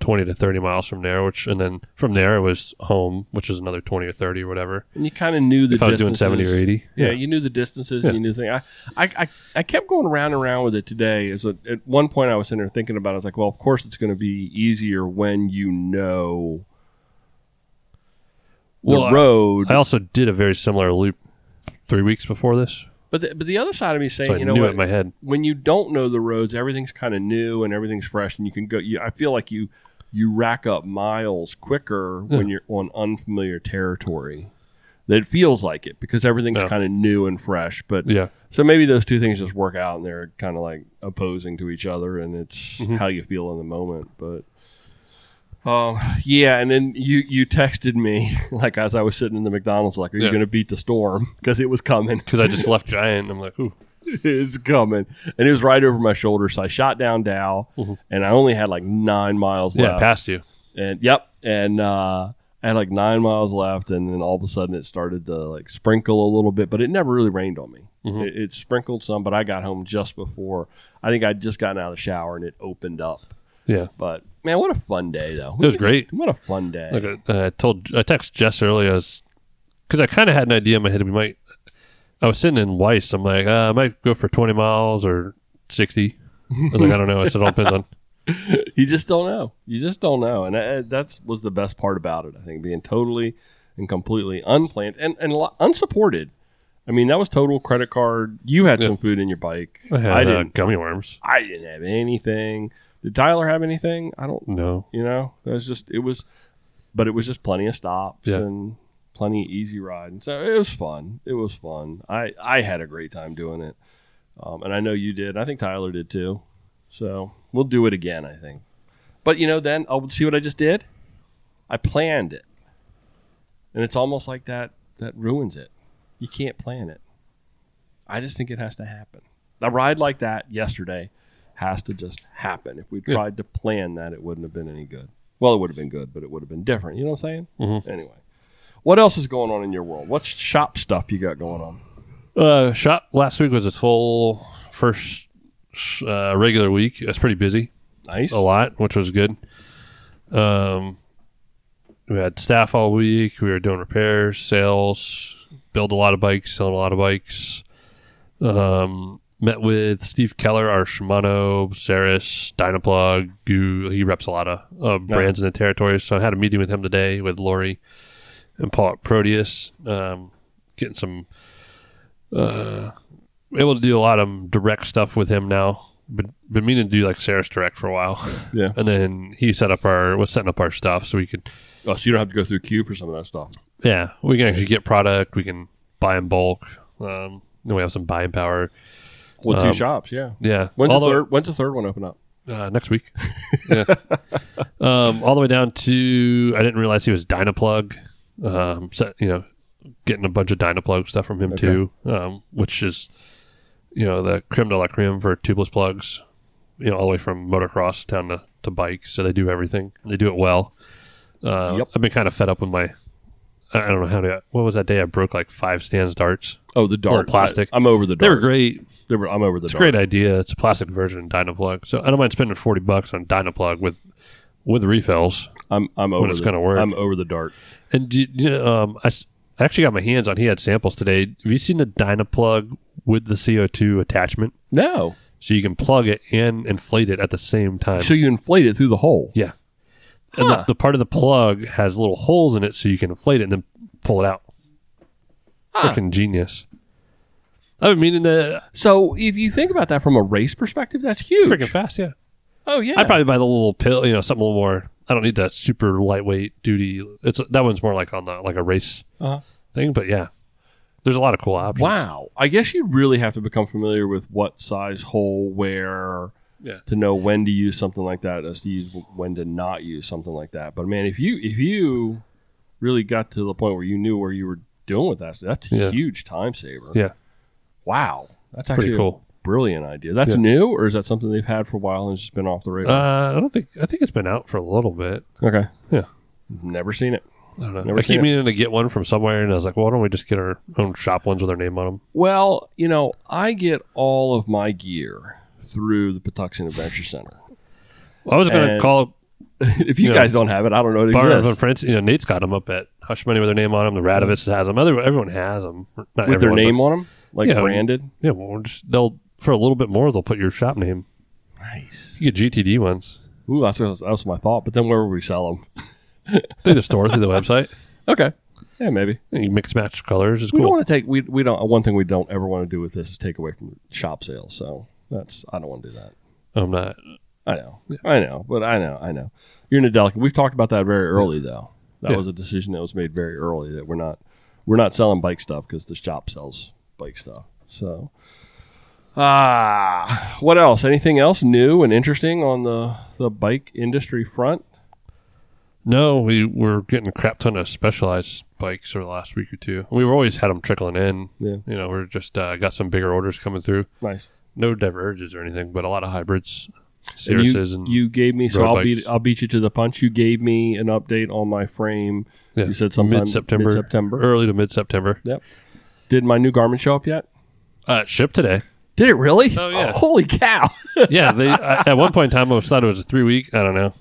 Speaker 3: 20 to 30 miles from there, which, and then from there it was home, which is another 20 or 30 or whatever.
Speaker 2: and you kind of knew the
Speaker 3: if I was doing
Speaker 2: distances.
Speaker 3: 70 or 80.
Speaker 2: Yeah, you knew the distances and
Speaker 3: Yeah.
Speaker 2: you knew things. I, I, I, I kept going around and around with it today. Is that at one point I was sitting there thinking about. it. I was like, well, of course it's going to be easier when you know the
Speaker 3: Well, I-
Speaker 2: road.
Speaker 3: I also did a very similar loop three weeks before this.
Speaker 2: but the, but the other side of me is saying,
Speaker 3: So I
Speaker 2: you know
Speaker 3: knew it
Speaker 2: what,
Speaker 3: in my head.
Speaker 2: when you don't know the roads, everything's kind of new and everything's fresh, and you can go. You, I feel like you you rack up miles quicker when you're on unfamiliar territory. That it feels like it because everything's
Speaker 3: Yeah.
Speaker 2: kind of new and fresh. But
Speaker 3: Yeah.
Speaker 2: so maybe those two things just work out and they're kind of like opposing to each other, and it's
Speaker 3: Mm-hmm.
Speaker 2: how you feel in the moment. But um, yeah, and then you you texted me like as I was sitting in the McDonald's, like, "Are you
Speaker 3: Yeah.
Speaker 2: going to beat the storm?" Because it was coming
Speaker 3: Because I just left Giant and I'm like, ooh.
Speaker 2: is coming. And it was right over my shoulder. So I shot down Dow and I only had like nine miles
Speaker 3: Mm-hmm. Yeah,
Speaker 2: left.
Speaker 3: past you.
Speaker 2: And yep. And uh I had like nine miles left and then all of a sudden it started to like sprinkle a little bit, but it never really rained on me.
Speaker 3: Mm-hmm.
Speaker 2: It, it sprinkled some, but I got home just before I think I'd just gotten out of the shower and it opened up.
Speaker 3: Yeah.
Speaker 2: But man, what a fun day though.
Speaker 3: It was great.
Speaker 2: What a fun day.
Speaker 3: Like I, I told, I texted Jess earlier, because I, kind of had an idea in my head. We might. I was sitting in Weiss. I'm like, uh, I might go for 20 miles or 60. I was like, I don't know. I said, it all depends on.
Speaker 2: you just don't know. You just don't know, and that that's was the best part about it. I think being totally and completely unplanned and and lo- unsupported. I mean, that was total credit card. You had some food in your bike.
Speaker 3: I had
Speaker 2: I
Speaker 3: uh,
Speaker 2: didn't.
Speaker 3: gummy worms.
Speaker 2: I didn't have anything. Did Tyler have anything? I don't.
Speaker 3: No.
Speaker 2: You know, it was just it was, but it was just plenty of stops
Speaker 3: Yeah.
Speaker 2: and plenty of easy riding. So it was fun. It was fun. I I had a great time doing it, um, and I know you did. I think Tyler did too. So we'll do it again. I think. But you know, then I'll see what I just did. I planned it, and it's almost like that that ruins it. You can't plan it. I just think it has to happen. A ride like that yesterday has to just happen. If we tried to plan that, it wouldn't have been any good. Well, it would have been good, but it would have been different. You know what I'm saying? Mm-hmm. Anyway, what else is going on in your world? What's shop stuff you got going on?
Speaker 3: Uh, shop last week was its full first sh- uh, regular week. It's pretty busy.
Speaker 2: Nice.
Speaker 3: a lot, which was good. Um, we had staff all week. We were doing repairs, sales, build a lot of bikes, selling a lot of bikes. Um, met with Steve Keller, our Shimano, Saris, Dynaplug, Goo. He reps a lot of uh, brands in the territory. So I had a meeting with him today with Lori and Paul at Proteus, um, getting some. Uh, able to do a lot of direct stuff with him now. Been, been meaning to do like Saris direct for a while.
Speaker 2: Yeah.
Speaker 3: And then he set up our was setting up our stuff so we could
Speaker 2: Oh, so you don't have to go through Cube for some of that stuff.
Speaker 3: yeah we can actually get product we can buy in bulk um then we have some buying power
Speaker 2: Well, two
Speaker 3: Um,
Speaker 2: shops, yeah.
Speaker 3: yeah
Speaker 2: When's
Speaker 3: Although-
Speaker 2: the third? When's the third one open up?
Speaker 3: uh, next week yeah um all the way down to I didn't realize he was Dynaplug um so, you know getting a bunch of Dynaplug stuff from him
Speaker 2: Okay.
Speaker 3: too um which is you know the creme de la creme for tubeless plugs you know all the way from motocross down to to bikes so they do everything they do it well Uh,
Speaker 2: Yep.
Speaker 3: I've been kind of fed up with my. I I don't know how to. What was that day I broke like five stands darts?
Speaker 2: Oh, the
Speaker 3: Or
Speaker 2: dark
Speaker 3: plastic.
Speaker 2: I, am over the
Speaker 3: They
Speaker 2: dark.
Speaker 3: were great.
Speaker 2: They were- I'm over the
Speaker 3: It's a
Speaker 2: dark.
Speaker 3: great idea. It's a plastic version of Dynaplug, so I don't mind spending forty bucks on Dynaplug with with refills.
Speaker 2: I'm I'm over.
Speaker 3: it's
Speaker 2: the-
Speaker 3: gonna work.
Speaker 2: I'm over the dark.
Speaker 3: And do, you- do, you know, um, I, s- I actually got my hands on. He had samples today. Have you seen the Dynaplug with the CO two attachment?
Speaker 2: No.
Speaker 3: So you can plug it and inflate it at the same time.
Speaker 2: So you inflate it through the hole.
Speaker 3: yeah. And the, the part of the plug has little holes in it, so you can inflate it and then pull it out. Fucking genius! I've been meaning to
Speaker 2: So if you think about that from a race perspective, that's huge.
Speaker 3: freaking fast. Yeah.
Speaker 2: oh yeah.
Speaker 3: I'd probably buy the little pill, you know, something a little more. I don't need that super lightweight duty. It's that one's more like on the like a race
Speaker 2: Uh-huh.
Speaker 3: thing, but yeah, there's a lot of cool options.
Speaker 2: Wow. I guess you really have to become familiar with what size hole where
Speaker 3: Yeah.
Speaker 2: to know when to use something like that, as to use when to not use something like that. But man, if you if you really got to the point where you knew where you were doing with that, that's a
Speaker 3: Yeah.
Speaker 2: huge time saver.
Speaker 3: Yeah,
Speaker 2: Wow. That's
Speaker 3: pretty
Speaker 2: actually a
Speaker 3: cool.
Speaker 2: brilliant idea. That's
Speaker 3: Yeah.
Speaker 2: new, or is that something they've had for a while and it's just been off the radar?
Speaker 3: Uh, I don't think I think it's been out for a little bit.
Speaker 2: okay.
Speaker 3: yeah.
Speaker 2: Never seen it.
Speaker 3: I don't know.
Speaker 2: Never
Speaker 3: I
Speaker 2: seen
Speaker 3: keep
Speaker 2: it.
Speaker 3: meaning to get one from somewhere, and I was like, why don't we just get our own shop ones with our name on them?
Speaker 2: Well, you know, I get all of my gear through the Patuxent Adventure Center.
Speaker 3: I was going
Speaker 2: And-
Speaker 3: to call
Speaker 2: if you
Speaker 3: Yeah.
Speaker 2: guys don't have it, I don't know it
Speaker 3: Bar of
Speaker 2: exists.
Speaker 3: Prince. You know, Nate's got them up at Hush Money with their name on them. The Radovitz has them. Other, everyone has them. Not
Speaker 2: With their
Speaker 3: everyone,
Speaker 2: name on them, like
Speaker 3: Yeah.
Speaker 2: branded.
Speaker 3: but- yeah, well, we're just, they'll for a little bit more. They'll put your shop name.
Speaker 2: Nice.
Speaker 3: You get GTD ones
Speaker 2: Ooh, that's what, that was my thought. But then where would we sell them?
Speaker 3: through the store, through the website.
Speaker 2: Okay. Yeah, maybe.
Speaker 3: You mix match colors. It's
Speaker 2: We don't
Speaker 3: cool.
Speaker 2: want to take. We we don't. One thing we don't ever want to do with this is take away from shop sales. So that's. I don't want to do that.
Speaker 3: I'm not.
Speaker 2: I know. I know. But I know. I know. You're in a delicate. We've talked about that very early though. That
Speaker 3: Yeah.
Speaker 2: was a decision that was made very early that we're not we're not selling bike stuff because the shop sells bike stuff. So ah, what else? Anything else new and interesting on the the bike industry front?
Speaker 3: No, we were getting a crap ton of specialized bikes over the last week or two. We were always had them trickling in.
Speaker 2: Yeah.
Speaker 3: You know, we're just uh, got some bigger orders coming through.
Speaker 2: Nice.
Speaker 3: No diverges or anything, but a lot of hybrids,
Speaker 2: And you,
Speaker 3: Cirruses, and,
Speaker 2: you gave me so
Speaker 3: road
Speaker 2: I'll
Speaker 3: bikes.
Speaker 2: beat I'll beat you to the punch. You gave me an update on my frame.
Speaker 3: yeah,
Speaker 2: You said sometime
Speaker 3: mid-September, Er.
Speaker 2: mid-September.
Speaker 3: early to mid September.
Speaker 2: Did my new Garmin show up yet?
Speaker 3: Uh, shipped today.
Speaker 2: Did it really?
Speaker 3: Oh, yeah.
Speaker 2: Holy cow!
Speaker 3: yeah, they I, at one point in time I was thought it was a three week. I don't know.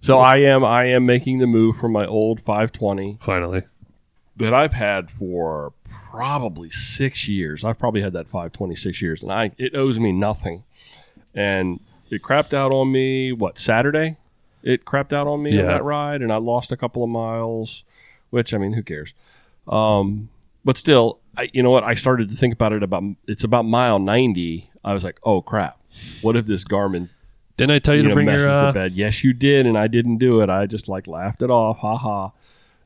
Speaker 2: So I am I am making the move from my old 520
Speaker 3: Finally,
Speaker 2: that I've had for probably six years. I've probably had that 520 six years, and I it owes me nothing. And it crapped out on me. What Saturday? It crapped out on me on
Speaker 3: Yeah.
Speaker 2: that ride, and I lost a couple of miles. Which I mean, who cares? Um, but still, I, you know what? I started to think about it. About it's about mile 90. I was like, oh crap! What if this Garmin
Speaker 3: didn't I tell you,
Speaker 2: you
Speaker 3: to
Speaker 2: know,
Speaker 3: bring
Speaker 2: messes
Speaker 3: your?
Speaker 2: to
Speaker 3: Uh,
Speaker 2: bed. Yes, you did, and I didn't do it. I just like laughed it off, ha ha.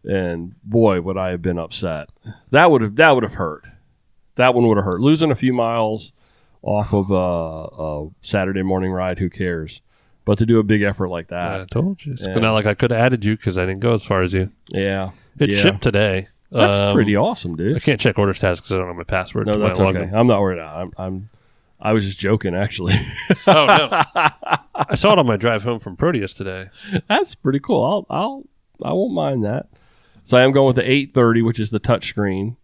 Speaker 2: And boy, would I have been upset. That would have that would have hurt. That one would have hurt. Losing a few miles off of a, a Saturday morning ride, who cares? But to do a big effort like
Speaker 3: I
Speaker 2: that,
Speaker 3: told you. It's
Speaker 2: Yeah.
Speaker 3: not like I could have added you because I didn't go as far as you.
Speaker 2: yeah,
Speaker 3: It
Speaker 2: yeah.
Speaker 3: shipped today.
Speaker 2: That's
Speaker 3: Um,
Speaker 2: pretty awesome,
Speaker 3: I
Speaker 2: dude.
Speaker 3: can't check order status because I don't have my password.
Speaker 2: No,
Speaker 3: to my
Speaker 2: that's okay.
Speaker 3: login.
Speaker 2: I'm not worried. About it. I'm, I'm. I was just joking, actually.
Speaker 3: oh no, I saw it on my drive home from Proteus today.
Speaker 2: That's pretty cool. I'll I'll I won't mind that. So I am going with the 830, which is the touchscreen.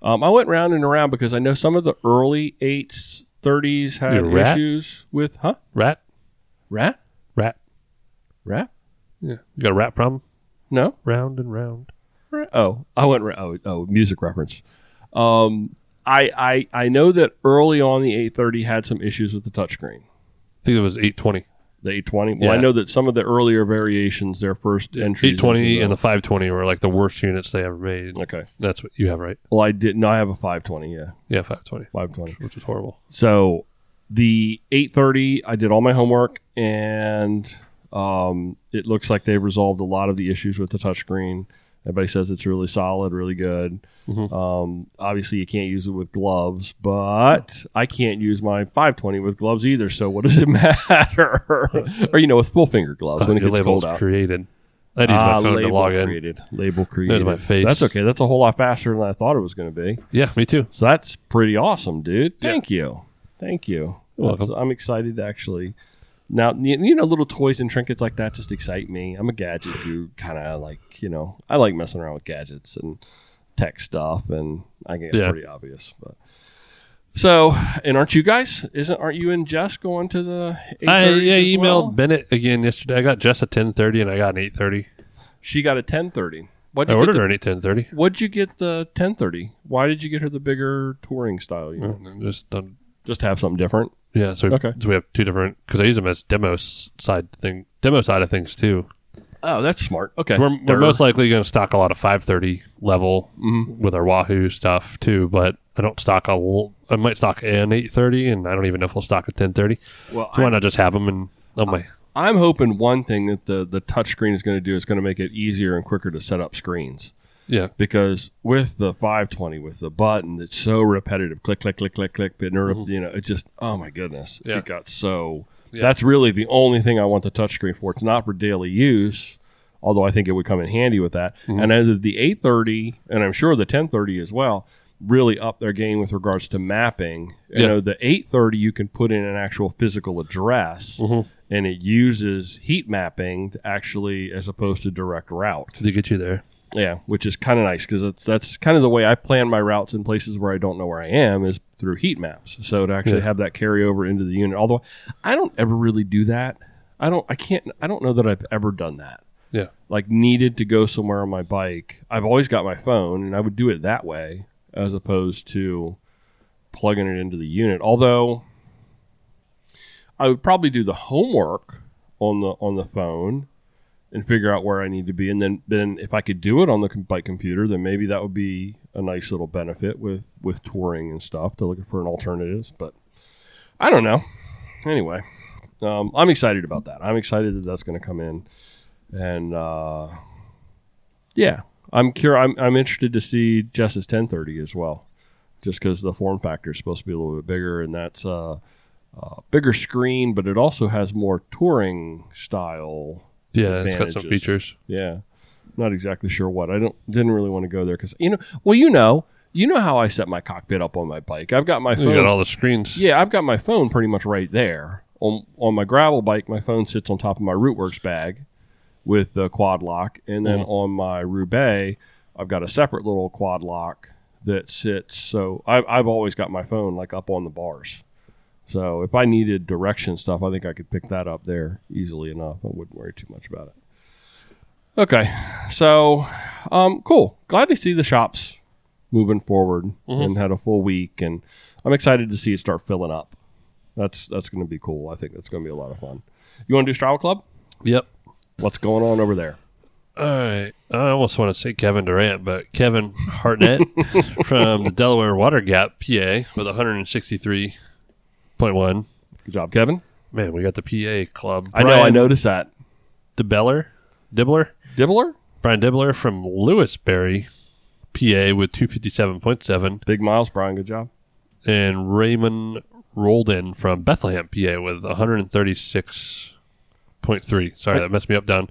Speaker 2: Um, I went round and around because I know some of the early 830s had
Speaker 3: You rat?
Speaker 2: issues with huh
Speaker 3: Rat,
Speaker 2: rat
Speaker 3: rat.
Speaker 2: rat
Speaker 3: Yeah, you got a rat problem?
Speaker 2: no
Speaker 3: Round and round.
Speaker 2: Ra- oh I went ra- oh oh music reference. Um, I I I know that early on the 830 had some issues with the touchscreen.
Speaker 3: I think it was eight twenty.
Speaker 2: The 820. Well, I
Speaker 3: Yeah.
Speaker 2: know that some of the earlier variations, their first entries,
Speaker 3: Eight twenty
Speaker 2: into
Speaker 3: and the five twenty were like the worst units they ever made.
Speaker 2: okay.
Speaker 3: That's what you have, right?
Speaker 2: Well, I did. No, I have a 520. Yeah,
Speaker 3: Yeah, five twenty,
Speaker 2: 520.
Speaker 3: which is horrible.
Speaker 2: So the 8:30, I did all my homework, and um, it looks like they've resolved a lot of the issues with the touchscreen. Everybody says it's really solid, really good.
Speaker 3: Mhm.
Speaker 2: Um, obviously, you can't use it with gloves, but I can't use my 520 with gloves either. So what does it matter? or you know, with full finger gloves when it
Speaker 3: Your
Speaker 2: gets
Speaker 3: label's
Speaker 2: cold out.
Speaker 3: created. I'd use
Speaker 2: Ah,
Speaker 3: my phone to
Speaker 2: label
Speaker 3: log in.
Speaker 2: created. Label created.
Speaker 3: my face.
Speaker 2: That's okay. That's a whole lot faster than I thought it was going to be.
Speaker 3: Yeah, me too.
Speaker 2: So that's pretty awesome, dude.
Speaker 3: Yeah.
Speaker 2: Thank you. Thank you.
Speaker 3: You're welcome.
Speaker 2: That's- I'm excited to actually. Now, you you know, little toys and trinkets like that just excite me. I'm a gadget dude, kind of like, you know, I like messing around with gadgets and tech stuff, and I think it's
Speaker 3: Yeah.
Speaker 2: pretty obvious. But so, and aren't you guys? Isn't aren't you and Jess going to the?
Speaker 3: I
Speaker 2: 8:30s
Speaker 3: yeah,
Speaker 2: as
Speaker 3: emailed
Speaker 2: well?
Speaker 3: Bennett again yesterday. I got Jess a ten thirty and I got an eight thirty.
Speaker 2: She got a 10:30. What'd
Speaker 3: I
Speaker 2: you
Speaker 3: ordered
Speaker 2: get
Speaker 3: her an eight ten thirty.
Speaker 2: the, What'd you get the 10:30? Why did you get her the bigger touring style? You
Speaker 3: Hmm.
Speaker 2: know?
Speaker 3: Just done.
Speaker 2: Just have something different.
Speaker 3: Yeah, so,
Speaker 2: Okay.
Speaker 3: so we have two different because I use them as demo s- side thing, demo side of things too.
Speaker 2: Oh, that's smart. Okay,
Speaker 3: So We're, we're most likely going to stock a lot of 530 level
Speaker 2: Mhm.
Speaker 3: with our Wahoo stuff too, but I don't stock a. l- I might stock an 830, and I don't even know if we'll stock a 1030.
Speaker 2: Well,
Speaker 3: So why not just have them and on my
Speaker 2: I'm hoping one thing that the the touch screen is going to do is going to make it easier and quicker to set up screens
Speaker 3: yeah
Speaker 2: because with the 520 with the button it's so repetitive click click click click click but inter- you know it just oh my goodness
Speaker 3: Mm-hmm. Yeah.
Speaker 2: it got so
Speaker 3: Yeah.
Speaker 2: that's really the only thing I want the touch screen for it's not for daily use although I think it would come in handy with that
Speaker 3: Mm-hmm.
Speaker 2: and either the 830 and I'm sure the 1030 as well really up their game with regards to mapping you
Speaker 3: Yeah.
Speaker 2: know the 830 you can put in an actual physical address
Speaker 3: Mm-hmm.
Speaker 2: and it uses heat mapping to actually as opposed to direct route
Speaker 3: to get you there.
Speaker 2: Yeah, which is kind of nice because that's that's kind of the way I plan my routes in places where I don't know where I am is through heat maps. So to actually
Speaker 3: Yeah.
Speaker 2: have that carry over into the unit, although I don't ever really do that. I don't. I can't. I don't know that I've ever done that.
Speaker 3: Yeah.
Speaker 2: Like needed to go somewhere on my bike. I've always got my phone, and I would do it that way as opposed to plugging it into the unit. Although I would probably do the homework on the on the phone and figure out where I need to be, and then then if I could do it on the com- bike computer, then maybe that would be a nice little benefit with with touring and stuff to looking for an alternatives. But I don't know. Anyway, um, I'm excited about that. I'm excited that that's going to come in, and uh, yeah, I'm cur- I'm I'm interested to see Jess's 1030 as well, just because the form factor is supposed to be a little bit bigger, and that's. Uh, uh, bigger screen, but it also has more touring style
Speaker 3: Yeah, it's got some
Speaker 2: Advantages.
Speaker 3: features.
Speaker 2: yeah. Not exactly sure what. I don't didn't really want to go there cuz you know, well you know, you know how I set my cockpit up on my bike. I've got my
Speaker 3: You got
Speaker 2: phone
Speaker 3: all the screens.
Speaker 2: Yeah, I've got my phone pretty much right there. On on my gravel bike, my phone sits on top of my Rootworks bag with the quad lock and then on my Roubaix, I've got a separate little quad lock that sits so I I've always got my phone like up on the bars. So if I needed direction stuff, I think I could pick that up there easily enough. I wouldn't worry too much about it. Okay, so um, cool. Glad to see the shops moving forward
Speaker 3: Mm-hmm.
Speaker 2: and had a full week, and I'm excited to see it start filling up. That's that's going to be cool. I think that's going to be a lot of fun. You want to do Straddle Club?
Speaker 3: Yep.
Speaker 2: What's going on over there?
Speaker 3: All right. Uh, I almost want to say Kevin Durant, but Kevin Hartnett from the Delaware Water Gap, PA, with 163.1.
Speaker 2: Good job, Kevin.
Speaker 3: Man, we got the PA club.
Speaker 2: I know. I
Speaker 3: Brian
Speaker 2: noticed that.
Speaker 3: DeBeller, Dibbler,
Speaker 2: Dibbler,
Speaker 3: Brian Dibbler from Lewisberry, PA, with 257.7,
Speaker 2: big miles, Brian. Good job.
Speaker 3: and Raymond Rolden from Bethlehem, PA, with 136.3. Sorry, that messed me up down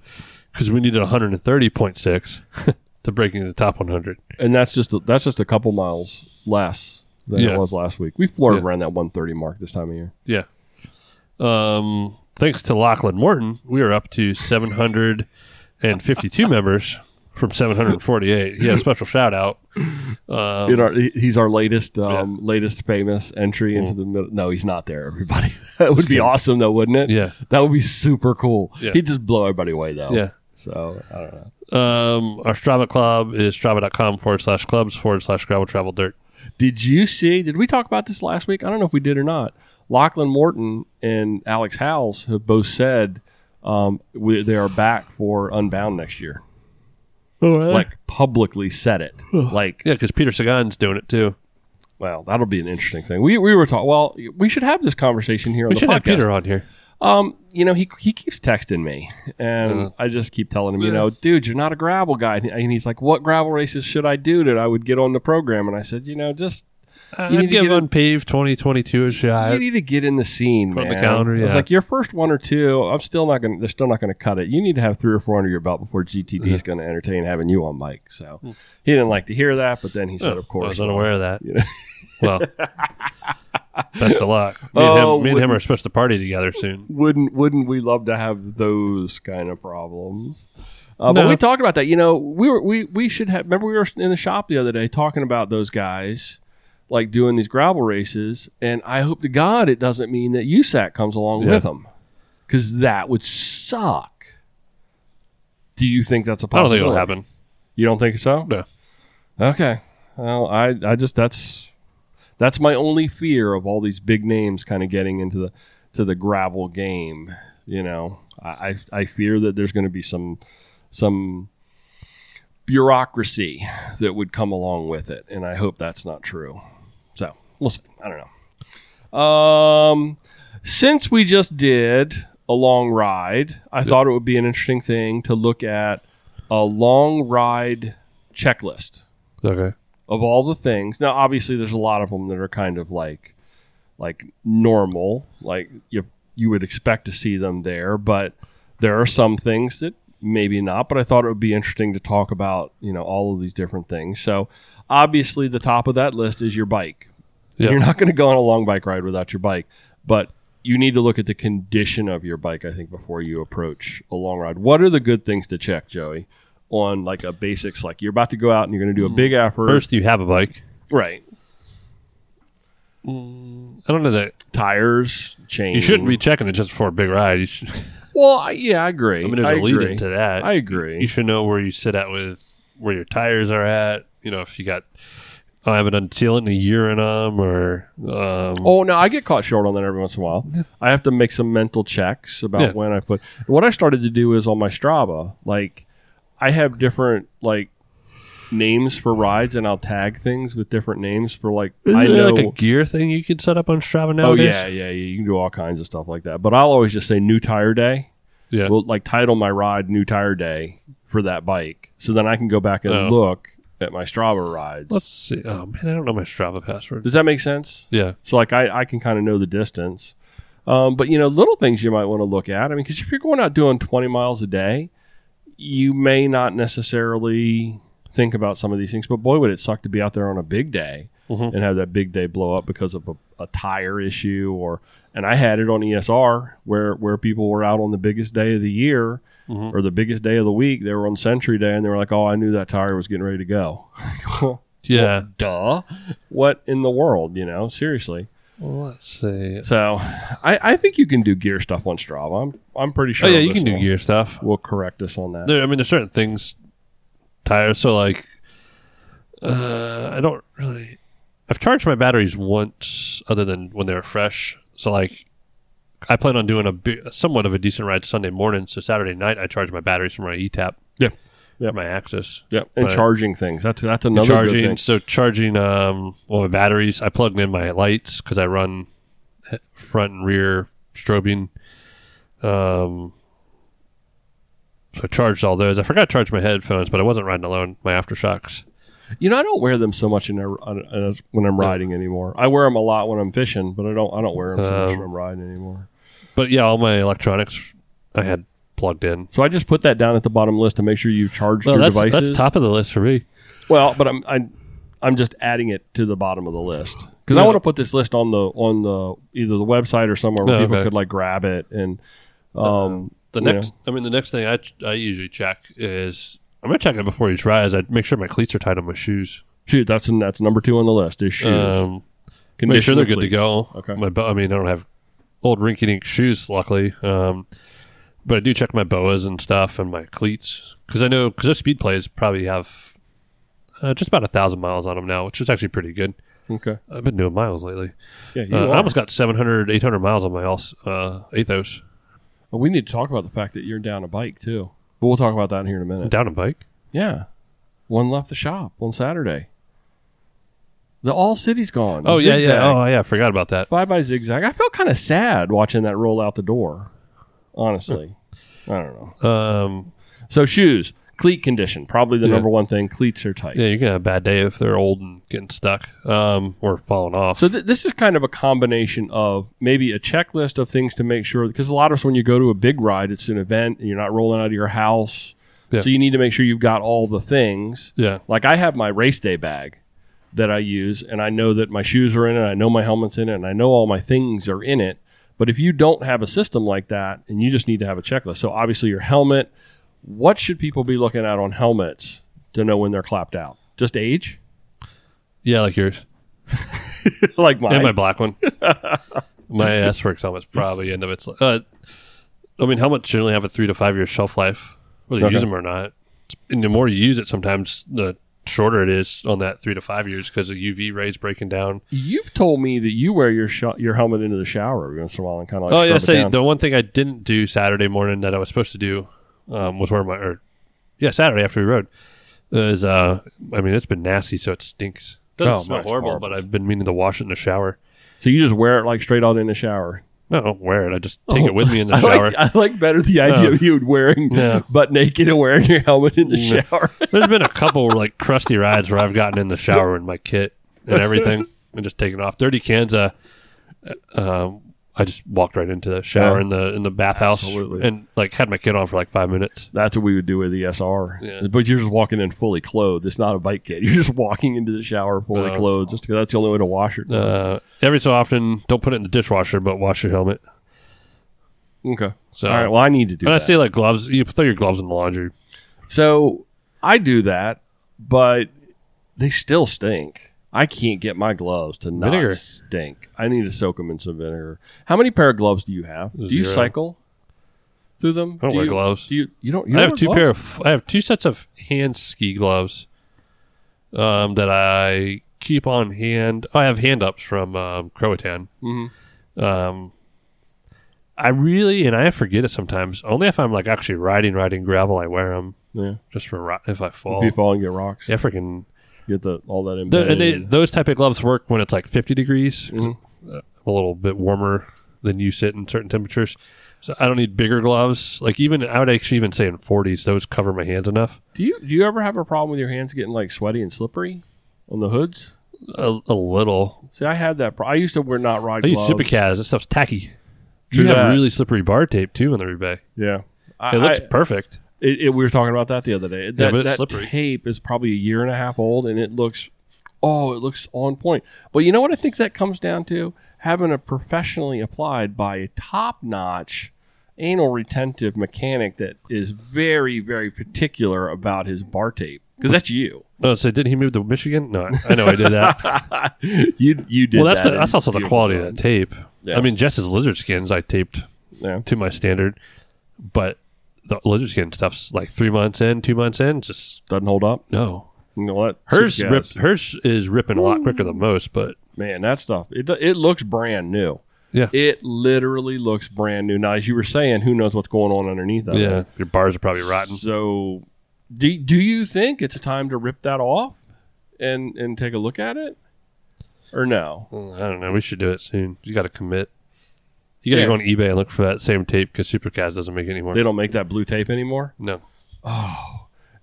Speaker 3: because we needed 130.6 to break into the top 100.
Speaker 2: And that's just a, that's just a couple miles less than
Speaker 3: Yeah.
Speaker 2: it was last week. We floored
Speaker 3: Yeah.
Speaker 2: around that 130 mark this time of year.
Speaker 3: Yeah. Um, thanks to Lachlan Morton, we are up to 752 members from 748. He had a special shout out. Um,
Speaker 2: in our, he- he's our latest um, latest famous entry
Speaker 3: Mm.
Speaker 2: into the middle. No, he's not there, everybody. that would be awesome, though, wouldn't it?
Speaker 3: Yeah.
Speaker 2: That would be super cool.
Speaker 3: Yeah.
Speaker 2: He'd just blow everybody away, though.
Speaker 3: Yeah.
Speaker 2: So, I don't know.
Speaker 3: Um, our Strava club is strava.com forward slash clubs forward slash gravel travel dirt.
Speaker 2: Did you see? Did we talk about this last week? I don't know if we did or not. Lachlan Morton and Alex Howells have both said um, we, they are back for Unbound next year. Like, publicly said it. like,
Speaker 3: yeah, because Peter Sagan's doing it too.
Speaker 2: well, that'll be an interesting thing. We, we were talking, well, we should have this conversation here
Speaker 3: We
Speaker 2: on the
Speaker 3: should
Speaker 2: podcast.
Speaker 3: have Peter on here.
Speaker 2: Um, you know, he he keeps texting me, and
Speaker 3: Uh-huh.
Speaker 2: I just keep telling him, you know, dude, you're not a gravel guy, and he- and he's like, what gravel races should I do that I would get on the program? And I said, you know, just
Speaker 3: I'd
Speaker 2: You Uh, need to
Speaker 3: give
Speaker 2: get in-
Speaker 3: Unpaved 2022 a shot.
Speaker 2: you need to get in the scene,
Speaker 3: Put on
Speaker 2: man.
Speaker 3: the calendar,
Speaker 2: I was
Speaker 3: yeah.
Speaker 2: like, your first one or two, I'm still not gonna, they're still not gonna cut it. You need to have three or four under your belt before GTD
Speaker 3: Uh-huh.
Speaker 2: is gonna entertain having you on mic. So he didn't like to hear that, but then he said,
Speaker 3: Hmm. Oh,
Speaker 2: of course,
Speaker 3: I was unaware of that.
Speaker 2: You know?
Speaker 3: well, best of luck. Me and,
Speaker 2: Oh,
Speaker 3: him, me and him
Speaker 2: wouldn't-
Speaker 3: are supposed to party together soon.
Speaker 2: wouldn't wouldn't we love to have those kind of problems? Uh, But
Speaker 3: No.
Speaker 2: we talked about that. You know, we were we we should have. Remember, we were in the shop the other day talking about those guys like doing these gravel races, and I hope to God it doesn't mean that USAC comes along
Speaker 3: Yeah.
Speaker 2: with them because that would suck. Do you think that's a
Speaker 3: I don't
Speaker 2: possibility?
Speaker 3: think it'll happen.
Speaker 2: You don't think so?
Speaker 3: No.
Speaker 2: Okay. Well, I, I just that's that's my only fear of all these big names kind of getting into the to the gravel game. You know, I I, I fear that there's going to be some some bureaucracy that would come along with it, and I hope that's not true. So we'll see. I don't know. Um, since we just did a long ride, I thought it would be an interesting thing to look at a long ride checklist
Speaker 3: Okay.
Speaker 2: of all the things. Now, obviously, there's a lot of them that are kind of like like normal, like you you would expect to see them there, but there are some things that maybe not. But I thought it would be interesting to talk about you know all of these different things. So obviously, the top of that list is your bike.
Speaker 3: Yeah.
Speaker 2: You're not going to go on a long bike ride without your bike, but you need to look at the condition of your bike, I think, before you approach a long ride. What are the good things to check, Joey, on like a basics. Like you're about to go out and you're going to do a big effort.
Speaker 3: First, you have a bike.
Speaker 2: right?
Speaker 3: I don't know that
Speaker 2: Tires, chain.
Speaker 3: you shouldn't be checking it just before a big ride. You should,
Speaker 2: Well, I, yeah, I agree.
Speaker 3: I mean, there's a lead
Speaker 2: agree.
Speaker 3: into that.
Speaker 2: I agree.
Speaker 3: You should know where you sit at with where your tires are at. You know, if you got oh, I haven't done sealant in a year in them, or um,
Speaker 2: Oh no, I get caught short on that every once in a while. I have to make some mental checks about
Speaker 3: Yeah.
Speaker 2: when I put. What I started to do is on my Strava, like I have different like names for rides, and I'll tag things with different names for like
Speaker 3: Isn't
Speaker 2: I
Speaker 3: there,
Speaker 2: know.
Speaker 3: like a gear thing you could set up on Strava
Speaker 2: oh
Speaker 3: nowadays.
Speaker 2: yeah, yeah, yeah, you can do all kinds of stuff like that. But I'll always just say new tire day.
Speaker 3: yeah.
Speaker 2: We'll like title my ride new tire day for that bike, so then I can go back and
Speaker 3: Oh.
Speaker 2: look at my Strava rides.
Speaker 3: Let's see. Oh man, I don't know my Strava password.
Speaker 2: Does that make sense?
Speaker 3: Yeah,
Speaker 2: So like I, I can kind of know the distance. Um, but you know, little things you might want to look at. I mean, because if you're going out doing 20 miles a day, you may not necessarily think about some of these things. But boy, would it suck to be out there on a big day
Speaker 3: Mhm.
Speaker 2: and have that big day blow up because of a, a tire issue or. And I had it on ESR where where people were out on the biggest day of the year
Speaker 3: Mhm.
Speaker 2: or the biggest day of the week. They were on Century Day and they were like, "Oh, I knew that tire was getting ready to go."
Speaker 3: yeah.
Speaker 2: Duh! What in the world, you know? Seriously.
Speaker 3: Well, let's see.
Speaker 2: So, I, I think you can do gear stuff on Strava. I'm I'm pretty
Speaker 3: Oh
Speaker 2: sure.
Speaker 3: yeah, you
Speaker 2: this
Speaker 3: can do
Speaker 2: will-
Speaker 3: gear stuff.
Speaker 2: Will correct us on that.
Speaker 3: There, I mean, there's certain things tires. So like, uh, I don't really. I've charged my batteries once, other than when they were fresh. So like, I plan on doing a bi- somewhat of a decent ride Sunday morning. So Saturday night, I charge my batteries from my ETAP.
Speaker 2: Yeah.
Speaker 3: yeah,
Speaker 2: Yeah.
Speaker 3: my Axis.
Speaker 2: yep, and
Speaker 3: but-
Speaker 2: charging things. That's that's another good
Speaker 3: charging.
Speaker 2: thing.
Speaker 3: So charging. Um, well, my batteries. I plugged in my lights because I run he- front and rear strobing. Um, so I charged all those. I forgot to charge my headphones, but I wasn't riding alone. My aftershocks.
Speaker 2: You know, I don't wear them so much in a, on- as when I'm riding anymore. I wear them a lot when I'm fishing, but I don't I don't wear them so much
Speaker 3: Um,
Speaker 2: when I'm riding anymore.
Speaker 3: But yeah, all my electronics I had plugged in.
Speaker 2: So I just put that down at the bottom list to make sure you charge
Speaker 3: No,
Speaker 2: your
Speaker 3: that's
Speaker 2: devices.
Speaker 3: that's top of the list for me.
Speaker 2: Well, but I'm I, I'm just adding it to the bottom of the list because I
Speaker 3: Yeah.
Speaker 2: want to put this list on the on the either the website or somewhere where
Speaker 3: Oh,
Speaker 2: people
Speaker 3: okay.
Speaker 2: could like grab it and um
Speaker 3: The
Speaker 2: you
Speaker 3: next,
Speaker 2: know.
Speaker 3: I mean, the next thing I ch- I usually check is I'm gonna check it before each rise. I make sure my cleats are tied on my shoes.
Speaker 2: shoot that's that's number two on the list is shoes.
Speaker 3: Um, Make sure they're good to go.
Speaker 2: Okay.
Speaker 3: My bo- I mean, I don't have old rinky-dink shoes, luckily, um, but I do check my boas and stuff and my cleats because I know because their speed plays probably have uh, just about a thousand miles on them now, which is actually pretty good.
Speaker 2: Okay.
Speaker 3: I've been doing miles lately.
Speaker 2: Yeah, you
Speaker 3: Uh, I
Speaker 2: are.
Speaker 3: almost got 700, 800 miles on my Als- uh, Athos.
Speaker 2: Well, we need to talk about the fact that you're down a bike too. But we'll talk about that here in a minute.
Speaker 3: Down a bike.
Speaker 2: Yeah. One left the shop on Saturday. The all city's gone.
Speaker 3: Oh yeah,
Speaker 2: Zigzag.
Speaker 3: yeah. Oh yeah, I forgot about that.
Speaker 2: Bye bye zigzag. I felt kind of sad watching that roll out the door. Honestly, I don't know.
Speaker 3: Um,
Speaker 2: So shoes, cleat condition, probably the
Speaker 3: Yeah.
Speaker 2: number one thing. Cleats are tight.
Speaker 3: yeah, you're gonna have a bad day if they're old and getting stuck um, or falling off.
Speaker 2: So th- this is kind of a combination of maybe a checklist of things to make sure because a lot of us when you go to a big ride, it's an event and you're not rolling out of your house,
Speaker 3: Yeah.
Speaker 2: so you need to make sure you've got all the things.
Speaker 3: yeah.
Speaker 2: Like I have my race day bag that I use, and I know that my shoes are in it, I know my helmet's in it, and I know all my things are in it. But if you don't have a system like that, and you just need to have a checklist, so obviously your helmet. What should people be looking at on helmets to know when they're clapped out? Just age,
Speaker 3: Yeah, like yours.
Speaker 2: like mine.
Speaker 3: and my black one. my S works helmet's probably end of its. Uh, I mean, helmets generally have a three to five year shelf life, whether you
Speaker 2: Okay.
Speaker 3: use them or not. And the more you use it, sometimes the shorter it is on that three to five years because the UV rays breaking down.
Speaker 2: You've told me that you wear your sh- your helmet into the shower every once in a while and kind of like
Speaker 3: oh yeah,
Speaker 2: scrub it
Speaker 3: say
Speaker 2: down.
Speaker 3: the one thing I didn't do Saturday morning that I was supposed to do um, was wear my or yeah Saturday after we rode is uh I mean it's been nasty so it stinks. Doesn't
Speaker 2: Oh,
Speaker 3: smell
Speaker 2: mine's
Speaker 3: horrible,
Speaker 2: horrible.
Speaker 3: but I've been meaning to wash it in the shower.
Speaker 2: So you just wear it like straight out in the shower.
Speaker 3: No, I don't wear it. I just take it with me in the
Speaker 2: Oh, I
Speaker 3: shower.
Speaker 2: like, I like better the idea
Speaker 3: Oh.
Speaker 2: of you wearing
Speaker 3: Yeah.
Speaker 2: butt naked and wearing your helmet in the
Speaker 3: Yeah.
Speaker 2: shower.
Speaker 3: There's been a couple like crusty rides where I've gotten in the shower in my kit and everything and just taken off. Dirty cans. Uh, um, I just walked right into the shower
Speaker 2: Yeah.
Speaker 3: in the in the bathhouse
Speaker 2: Absolutely.
Speaker 3: and like had my kit on for like five minutes.
Speaker 2: That's what we would do with the SR.
Speaker 3: Yeah.
Speaker 2: But you're just walking in fully clothed. It's not a bike kit. You're just walking into the shower fully
Speaker 3: Oh.
Speaker 2: clothed just because that's the only way to wash it.
Speaker 3: Uh, every so often, don't put it in the dishwasher, but wash your helmet.
Speaker 2: okay.
Speaker 3: So
Speaker 2: All right. Well, I need to do
Speaker 3: and I
Speaker 2: that.
Speaker 3: say like gloves. You throw your gloves in the laundry.
Speaker 2: so I do that, but they still stink. I can't get my gloves to not
Speaker 3: Vinegar.
Speaker 2: stink. I need to soak them in some vinegar. How many pair of gloves do you have? Do you
Speaker 3: Zero.
Speaker 2: cycle through them?
Speaker 3: I don't
Speaker 2: do
Speaker 3: wear
Speaker 2: you,
Speaker 3: gloves.
Speaker 2: Do you? You don't. You
Speaker 3: I
Speaker 2: don't
Speaker 3: have
Speaker 2: wear
Speaker 3: two
Speaker 2: gloves?
Speaker 3: pair of I have two sets of hand ski gloves um, that I keep on hand. oh, I have hand ups from um, Croatan.
Speaker 2: Mhm.
Speaker 3: Um, I really and I forget it sometimes. Only if I'm like actually riding, riding gravel, I wear them
Speaker 2: Yeah.
Speaker 3: just for ro- if I fall.
Speaker 2: If you fall and get rocks,
Speaker 3: Yeah, freaking.
Speaker 2: get the all that
Speaker 3: The,
Speaker 2: embedded.
Speaker 3: and they,
Speaker 2: in.
Speaker 3: those type of gloves work when it's like 50 degrees, 'cause
Speaker 2: Mhm.
Speaker 3: I'm a little bit warmer than you sit in certain temperatures. So I don't need bigger gloves. Like even I would actually even say in 40s, those cover my hands enough.
Speaker 2: do you? Do you ever have a problem with your hands getting like sweaty and slippery on the hoods?
Speaker 3: A, a little.
Speaker 2: See, I had that. Pro- I used to wear not ride
Speaker 3: I use
Speaker 2: gloves.
Speaker 3: Supercaz. That stuff's tacky.
Speaker 2: True
Speaker 3: you
Speaker 2: that.
Speaker 3: have really slippery bar tape too in the rebay.
Speaker 2: Yeah. I,
Speaker 3: It looks
Speaker 2: I-
Speaker 3: perfect.
Speaker 2: It, it, we were talking about that the other day. That,
Speaker 3: but it's
Speaker 2: that
Speaker 3: slippery.
Speaker 2: tape is probably a year and a half old, and it looks, oh, it looks on point. But you know what I think that comes down to having a professionally applied by a top-notch anal retentive mechanic that is very, very particular about his bar tape because that's you.
Speaker 3: No, Oh, so did he move to Michigan? No, I- I know I did that.
Speaker 2: you you did.
Speaker 3: well, that's
Speaker 2: that
Speaker 3: the, that's also the quality of that tape.
Speaker 2: Yeah.
Speaker 3: I mean, Jess's lizard skins I taped
Speaker 2: Yeah.
Speaker 3: to my standard, but the lizard skin stuff's like three months in, two months in, just
Speaker 2: Doesn't hold up.
Speaker 3: no.
Speaker 2: You know what?
Speaker 3: Hers
Speaker 2: Supercast.
Speaker 3: rip, hers is ripping a lot quicker than most, but
Speaker 2: man, that stuff it do- it looks brand new.
Speaker 3: yeah,
Speaker 2: It literally looks brand new. Now, as you were saying, who knows what's going on underneath of
Speaker 3: yeah,
Speaker 2: it?
Speaker 3: your bars are probably rotten.
Speaker 2: So, do do you think it's a time to rip that off and and take a look at it, or no?
Speaker 3: Well, I don't know. We should do it soon. You got to commit. You got to
Speaker 2: Yeah.
Speaker 3: go on eBay and look for that same tape because Supercast doesn't make it anymore.
Speaker 2: They don't make that blue tape anymore.
Speaker 3: no,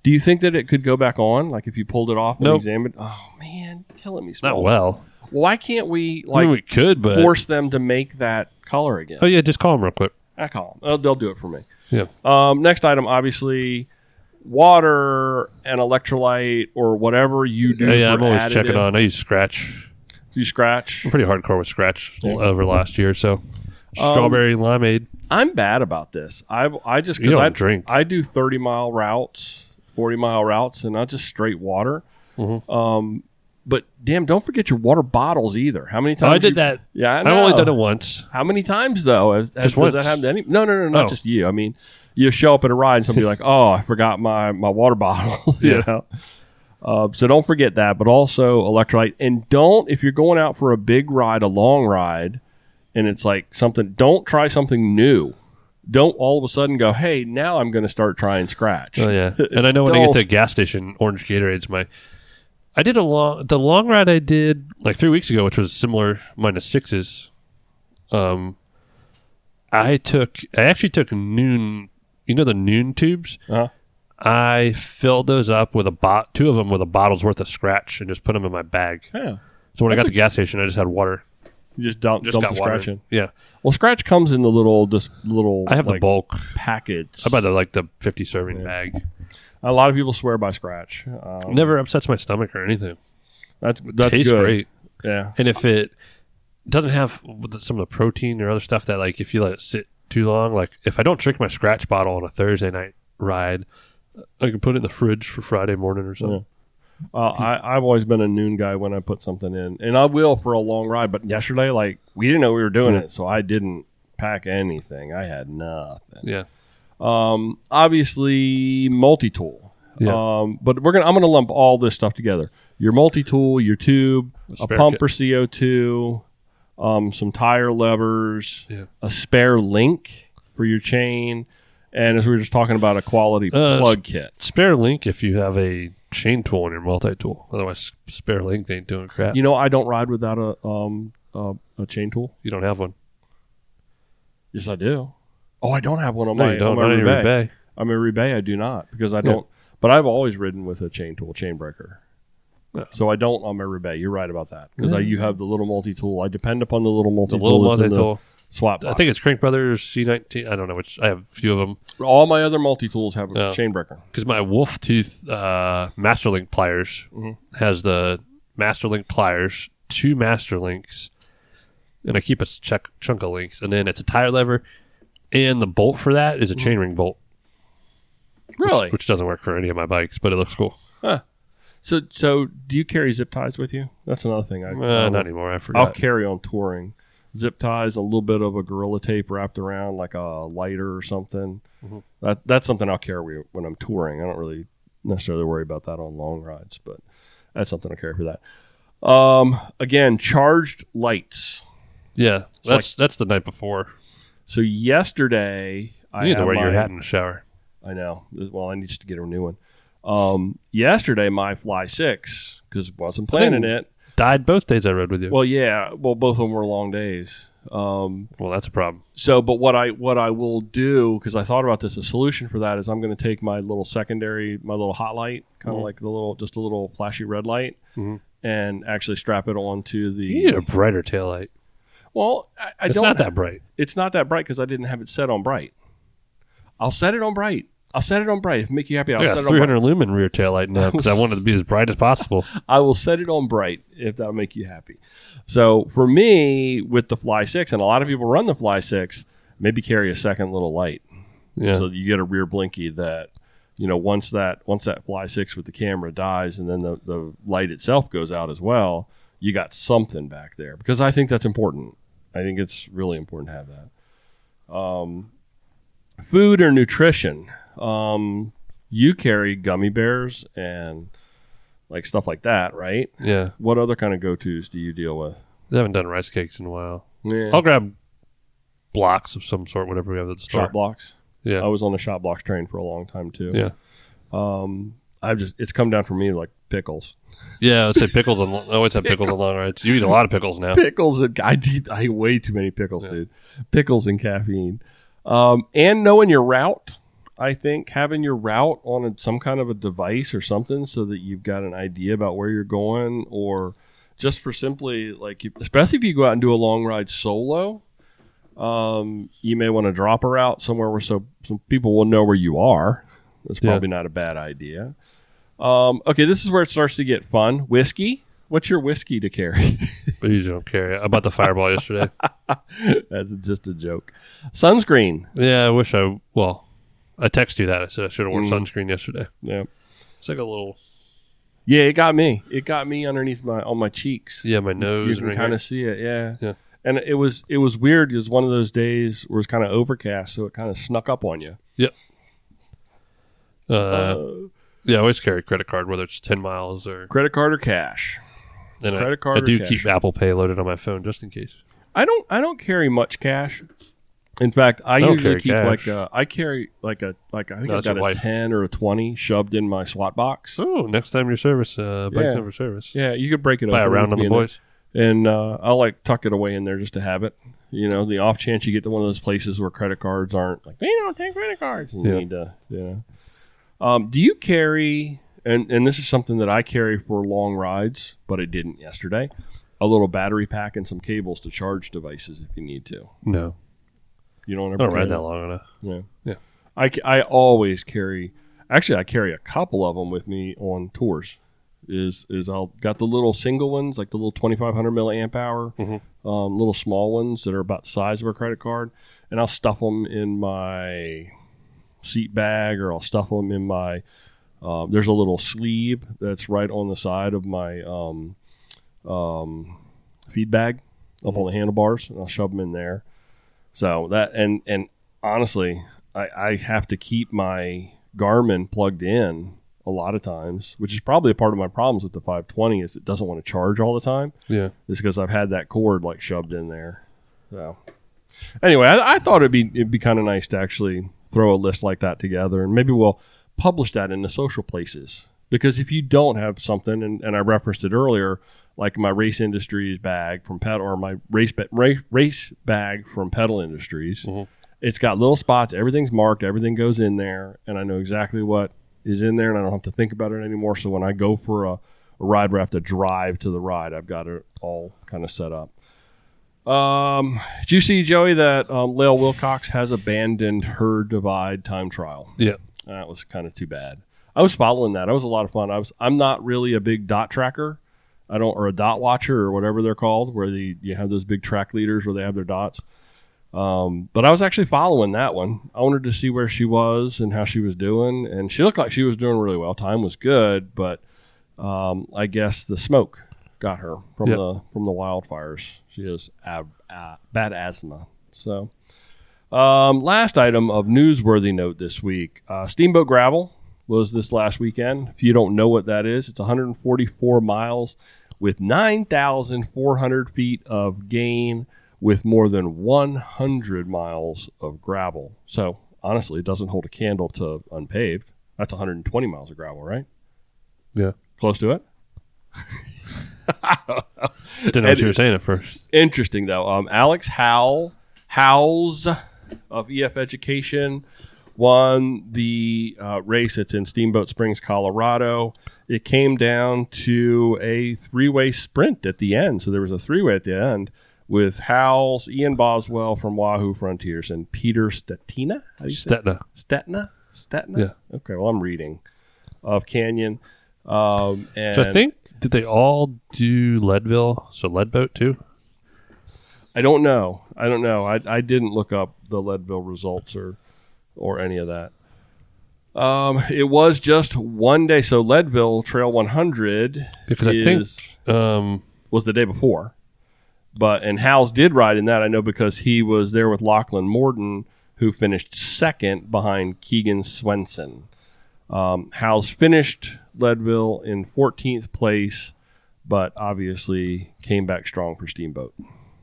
Speaker 2: Do you think that it could go back on? Like if you pulled it off and
Speaker 3: Nope.
Speaker 2: examined? Oh man, killing me.
Speaker 3: not
Speaker 2: Small.
Speaker 3: well.
Speaker 2: Why can't we
Speaker 3: I
Speaker 2: Oh. like
Speaker 3: mean, we could, but
Speaker 2: force them to make that color again?
Speaker 3: oh yeah, just call them real quick.
Speaker 2: I call them. Oh, they'll do it for me.
Speaker 3: Yeah.
Speaker 2: Um, next item, obviously, water and electrolyte or whatever you do.
Speaker 3: Yeah, yeah,
Speaker 2: for
Speaker 3: I'm always checking
Speaker 2: additive.
Speaker 3: on. I use Scratch.
Speaker 2: Do you scratch?
Speaker 3: I'm pretty hardcore with Scratch
Speaker 2: Yeah. Um,
Speaker 3: over last year, so strawberry limeade. Oh,
Speaker 2: I'm bad about this. I I just
Speaker 3: You
Speaker 2: because
Speaker 3: don't
Speaker 2: I
Speaker 3: drink.
Speaker 2: I do 30 mile routes, 40 mile routes, and I just straight water.
Speaker 3: Mhm.
Speaker 2: Um, but damn, don't forget your water bottles either. How many times?
Speaker 3: I did
Speaker 2: you-
Speaker 3: that.
Speaker 2: Yeah, I
Speaker 3: I've only
Speaker 2: know.
Speaker 3: done it once.
Speaker 2: How many times though? Has, has,
Speaker 3: Just
Speaker 2: does
Speaker 3: once.
Speaker 2: that happen to any? No, no, no, not
Speaker 3: Oh.
Speaker 2: just you. I mean, you show up at a ride and somebody like, oh, I forgot my my water bottle. you
Speaker 3: Yeah.
Speaker 2: know. Uh, so don't forget that, but also electrolyte, and don't if you're going out for a big ride, a long ride, and it's like something. Don't try something new. Don't all of a sudden go, hey, now I'm going to start trying scratch.
Speaker 3: Oh yeah, and I know when I
Speaker 2: Don't.
Speaker 3: get to a gas station, orange Gatorade's my. I did a long the long ride I did like three weeks ago, which was similar minus sixes. Um, I took I actually took noon. You know the noon tubes.
Speaker 2: Uh-huh.
Speaker 3: I filled those up with a bot, two of them with a bottle's worth of scratch, and just put them in my bag.
Speaker 2: Yeah.
Speaker 3: So when I
Speaker 2: That's
Speaker 3: got to the gas station, I just had water.
Speaker 2: You just dump,
Speaker 3: Just
Speaker 2: dump
Speaker 3: got
Speaker 2: the
Speaker 3: water.
Speaker 2: scratch in.
Speaker 3: Yeah,
Speaker 2: Well, scratch comes in the little this little.
Speaker 3: I have the
Speaker 2: like,
Speaker 3: bulk.
Speaker 2: packets.
Speaker 3: I buy the like the fifty serving bag.
Speaker 2: a lot of people swear by scratch. Um,
Speaker 3: Never upsets my stomach or anything.
Speaker 2: that's that's
Speaker 3: Tastes
Speaker 2: good.
Speaker 3: great.
Speaker 2: Yeah.
Speaker 3: and if it doesn't have some of the protein or other stuff that like if you let it sit too long like if i don't drink my scratch bottle on a thursday night ride i can put it in the fridge for friday morning or something
Speaker 2: Uh, I, I've always been a noon guy when I put something in, and I will for a long ride. But yesterday, like we didn't know we were doing it, so I didn't pack anything. I had nothing.
Speaker 3: yeah
Speaker 2: Um, obviously, multi tool.
Speaker 3: Yeah.
Speaker 2: Um, but we're gonna I'm gonna lump all this stuff together. Your multi tool, your tube, a
Speaker 3: spare
Speaker 2: pump
Speaker 3: kit.
Speaker 2: for CO two, um, some tire levers,
Speaker 3: Yeah.
Speaker 2: a spare link for your chain, and as we were just talking about, a quality
Speaker 3: Uh,
Speaker 2: plug kit.
Speaker 3: spare link if you have a chain tool in your multi-tool otherwise spare link ain't doing crap
Speaker 2: You
Speaker 3: you,
Speaker 2: know, I don't ride without a um a, a chain tool.
Speaker 3: don't have one
Speaker 2: Yes, I do. Oh, I don't have one on
Speaker 3: no
Speaker 2: my
Speaker 3: you don't
Speaker 2: on my
Speaker 3: not in your
Speaker 2: rebay.
Speaker 3: bay
Speaker 2: On my rebay, I do not because I don't. But I've always ridden with a chain tool, chain breaker.
Speaker 3: Yeah.
Speaker 2: So I don't on my rebay. You're right about that because
Speaker 3: Yeah.
Speaker 2: you have the little multi tool. I depend upon the little multi
Speaker 3: the
Speaker 2: tool.
Speaker 3: little multi-tool
Speaker 2: swap.
Speaker 3: i think it's crank brothers c19 i don't know which i have a few of them
Speaker 2: box. all my other multi tools have a
Speaker 3: Yeah.
Speaker 2: chain breaker.
Speaker 3: because my wolf tooth uh, masterlink pliers
Speaker 2: Mhm.
Speaker 3: has the masterlink pliers two masterlinks and i keep a s- chuck, chunk of links and then it's a tire lever and the bolt for that is a chainring bolt
Speaker 2: Mm-hmm. Really?
Speaker 3: which doesn't work for any of my bikes, but it looks cool.
Speaker 2: So, so do you carry zip ties with you? That's another thing. I,
Speaker 3: Uh, not anymore. I forgot.
Speaker 2: um, I'll carry on touring. Zip ties, a little bit of a gorilla tape wrapped around like a lighter or something.
Speaker 3: Mhm.
Speaker 2: That that's something I'll carry when I'm touring. I don't really necessarily worry about that on long rides, but that's something I carry for that. Um, again, charged lights.
Speaker 3: Yeah,
Speaker 2: It's
Speaker 3: that's that's the night before.
Speaker 2: So yesterday, I
Speaker 3: You need to
Speaker 2: had
Speaker 3: wear your
Speaker 2: my-
Speaker 3: hat in the shower.
Speaker 2: I know. Well, I need to get a new one. Um, yesterday, my Fly Six because wasn't planning it.
Speaker 3: Died both days I rode with you. Well,
Speaker 2: Well, yeah. Well, both of them were long days. Um,
Speaker 3: that's a problem.
Speaker 2: so but what i what i will do because i thought about this a solution for that is i'm going to take my little secondary my little hot light kind of
Speaker 3: Mhm.
Speaker 2: like the little just a little flashy red light
Speaker 3: Mhm.
Speaker 2: and actually strap it onto the
Speaker 3: You need a brighter taillight.
Speaker 2: well i, I
Speaker 3: It's
Speaker 2: don't
Speaker 3: not that bright.
Speaker 2: it's not that bright because i didn't have it set on bright i'll set it on bright i'll set it on bright if it make you happy i'll
Speaker 3: I
Speaker 2: set
Speaker 3: got
Speaker 2: it
Speaker 3: a
Speaker 2: on bright.
Speaker 3: 300 lumen rear taillight now because I wanted to be as bright as possible.
Speaker 2: I will set it on bright if that'll make you happy. So for me, with the Fly Six, and a lot of people run the Fly Six, maybe carry a second little light.
Speaker 3: Yeah.
Speaker 2: So that you get a rear blinky that, you know, once that once that Fly Six with the camera dies, and then the the light itself goes out as well, you got something back there because I think that's important. I think it's really important to have that. Um, food or nutrition. Um, you carry gummy bears and like stuff like that, right?
Speaker 3: yeah,
Speaker 2: What other kind of go tos do you deal with?
Speaker 3: I haven't done rice cakes in a while.
Speaker 2: Yeah.
Speaker 3: I'll grab blocks of some sort, whatever we have at the store.
Speaker 2: shot blocks.
Speaker 3: Yeah.
Speaker 2: I was on the shot blocks train for a long time too.
Speaker 3: Yeah.
Speaker 2: Um, I've just it's come down for me like pickles.
Speaker 3: Yeah, I'd say pickles. And, I always have pickles and long rides. You eat a lot of pickles now.
Speaker 2: Pickles and I did I ate way too many pickles,
Speaker 3: Yeah.
Speaker 2: dude. Pickles and caffeine. Um, and knowing your route, I think having your route on a, some kind of a device or something so that you've got an idea about where you're going or just for simply like you, especially if you go out and do a long ride solo um, you may want to drop her out somewhere where so some people will know where you are that's
Speaker 3: Yeah.
Speaker 2: probably not a bad idea um, okay this is where it starts to get fun whiskey what's your whiskey to carry
Speaker 3: But you don't care. I bought the fireball yesterday.
Speaker 2: that's just a joke sunscreen
Speaker 3: Yeah, I wish I. Well, I texted you that. I said I should have worn
Speaker 2: Mm.
Speaker 3: sunscreen yesterday.
Speaker 2: yeah
Speaker 3: It's like a little.
Speaker 2: yeah it got me it got me underneath my on my cheeks
Speaker 3: Yeah, my nose.
Speaker 2: you
Speaker 3: and
Speaker 2: can
Speaker 3: right
Speaker 2: kind
Speaker 3: here.
Speaker 2: of see it yeah
Speaker 3: Yeah.
Speaker 2: and it was it was weird it was one of those days where it's kind of overcast so it kind of snuck up on you
Speaker 3: Uh, yeah, I always carry credit card, whether it's ten miles or.
Speaker 2: credit card or cash
Speaker 3: And I-
Speaker 2: credit card
Speaker 3: I
Speaker 2: or
Speaker 3: do
Speaker 2: cash?
Speaker 3: keep Apple Pay loaded on my phone just in case.
Speaker 2: I don't I don't carry much cash. In fact, I,
Speaker 3: I don't
Speaker 2: usually
Speaker 3: carry
Speaker 2: keep
Speaker 3: cash.
Speaker 2: like a, I carry like a like I think
Speaker 3: No,
Speaker 2: I've
Speaker 3: that's your
Speaker 2: got a
Speaker 3: wife.
Speaker 2: ten or a twenty shoved in my SWAT box.
Speaker 3: Oh, next time your service, uh, bike
Speaker 2: Yeah.
Speaker 3: number service.
Speaker 2: Yeah, you could break it
Speaker 3: Buy
Speaker 2: up
Speaker 3: a round on the boys.
Speaker 2: and uh, I'll like tuck it away in there just to have it. You know, the off chance you get to one of those places where credit cards aren't like they don't take credit cards. and You
Speaker 3: Yeah.
Speaker 2: need to, you know. Um, do you carry and and this is something that I carry for long rides, but I didn't yesterday. A little battery pack and some cables to charge devices if you need to.
Speaker 3: No,
Speaker 2: You don't
Speaker 3: I
Speaker 2: ever
Speaker 3: don't
Speaker 2: carry
Speaker 3: ride
Speaker 2: that?
Speaker 3: that long enough.
Speaker 2: Yeah.
Speaker 3: Yeah.
Speaker 2: I, ca- I always carry actually I carry a couple of them with me on tours. Is is I'll got the little single ones like the little 2500 milliamp hour,
Speaker 3: Mhm.
Speaker 2: um, little small ones that are about the size of a credit card, and I'll stuff them in my seat bag or I'll stuff them in my. Uh, there's a little sleeve that's right on the side of my um, um, feed bag up on the handlebars, and I'll shove them in there. So that and and honestly, I, I have to keep my Garmin plugged in a lot of times, which is probably a part of my problems with the 520 is it doesn't want to charge all the time.
Speaker 3: Yeah,
Speaker 2: It's because I've had that cord like shoved in there. So anyway, I, I thought it'd be it'd be kind of nice to actually throw a list like that together, and maybe we'll publish that in the social places. Because if you don't have something, and, and I referenced it earlier, like my race industries bag from pedal or my race ba- race, race bag from pedal industries,
Speaker 3: Mhm.
Speaker 2: it's got little spots. Everything's marked. Everything goes in there, and I know exactly what is in there, and I don't have to think about it anymore. So when I go for a, a ride where I have to drive to the ride, I've got it all kind of set up. Um, did you see Joey that um, Lael Wilcox has abandoned her divide time trial?
Speaker 3: yeah.
Speaker 2: That was kind of too bad. I was following that. That was a lot of fun. I was. I'm not really a big dot tracker. I don't, or a dot watcher, or whatever they're called, where the you have those big track leaders where they have their dots. Um, but I was actually following that one. I wanted to see where she was and how she was doing, and she looked like she was doing really well. Time was good, but um, I guess the smoke got her from
Speaker 3: Yep.
Speaker 2: the from the wildfires. She has ab- a- bad asthma. So, um, last item of newsworthy note this week: uh, Steamboat Gravel was this last weekend. If you don't know what that is, it's 144 miles with 9,400 feet of gain with more than 100 miles of gravel. So honestly, it doesn't hold a candle to unpaved. That's 120 miles of gravel, right?
Speaker 3: Yeah.
Speaker 2: Close to it.
Speaker 3: Didn't know what you were saying at first.
Speaker 2: Interesting though. Um, Alex Howell Howells of EF Education won the uh, race. It's in Steamboat Springs, Colorado. It came down to a three-way sprint at the end. So there was a three-way at the end with Howells, Ian Boswell from Wahoo Frontiers, and Peter Statina. How do you say
Speaker 3: Stetna.
Speaker 2: Stetna? Stetna?
Speaker 3: Yeah.
Speaker 2: Okay, well, I'm reading of Canyon. Um, and
Speaker 3: So I think did they all do Leadville? So Leadboat too.
Speaker 2: I don't know. I don't know. I, I didn't look up the Leadville results or or any of that. Um, it was just one day. So Leadville Trail 100
Speaker 3: Because I think-
Speaker 2: is,
Speaker 3: Um,
Speaker 2: was the day before, but and Howes did ride in that. I know because he was there with Lachlan Morton, who finished second behind Keegan Swenson. Um, Howes finished Leadville in 14th place, but obviously came back strong for Steamboat.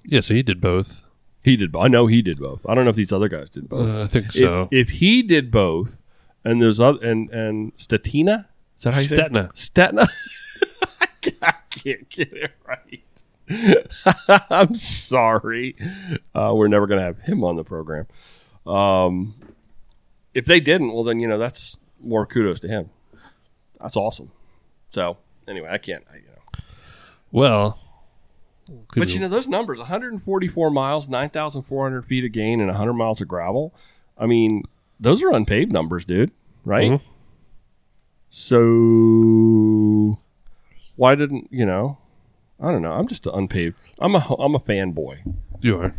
Speaker 3: yeah, so he did both.
Speaker 2: He did. bo- I know he did both. I don't know if these other guys did both.
Speaker 3: Uh, I think
Speaker 2: If-
Speaker 3: so.
Speaker 2: if, he did both, and there's other and and Statina, is that how you say it?
Speaker 3: Stetna.
Speaker 2: Stetna. I can't get it right. I'm sorry. Uh, we're never going to have him on the program. Um, if they didn't, well, then you know that's more kudos to him. That's awesome. So anyway, I can't. I, you know.
Speaker 3: well, could
Speaker 2: But
Speaker 3: be-
Speaker 2: you know those numbers: 144 miles, 9,400 feet of gain, and 100 miles of gravel. I mean, those are unpaved numbers, dude. Right?
Speaker 3: Mhm.
Speaker 2: So why didn't you know? I don't know. I'm just unpaved. I'm a I'm a fanboy.
Speaker 3: you are.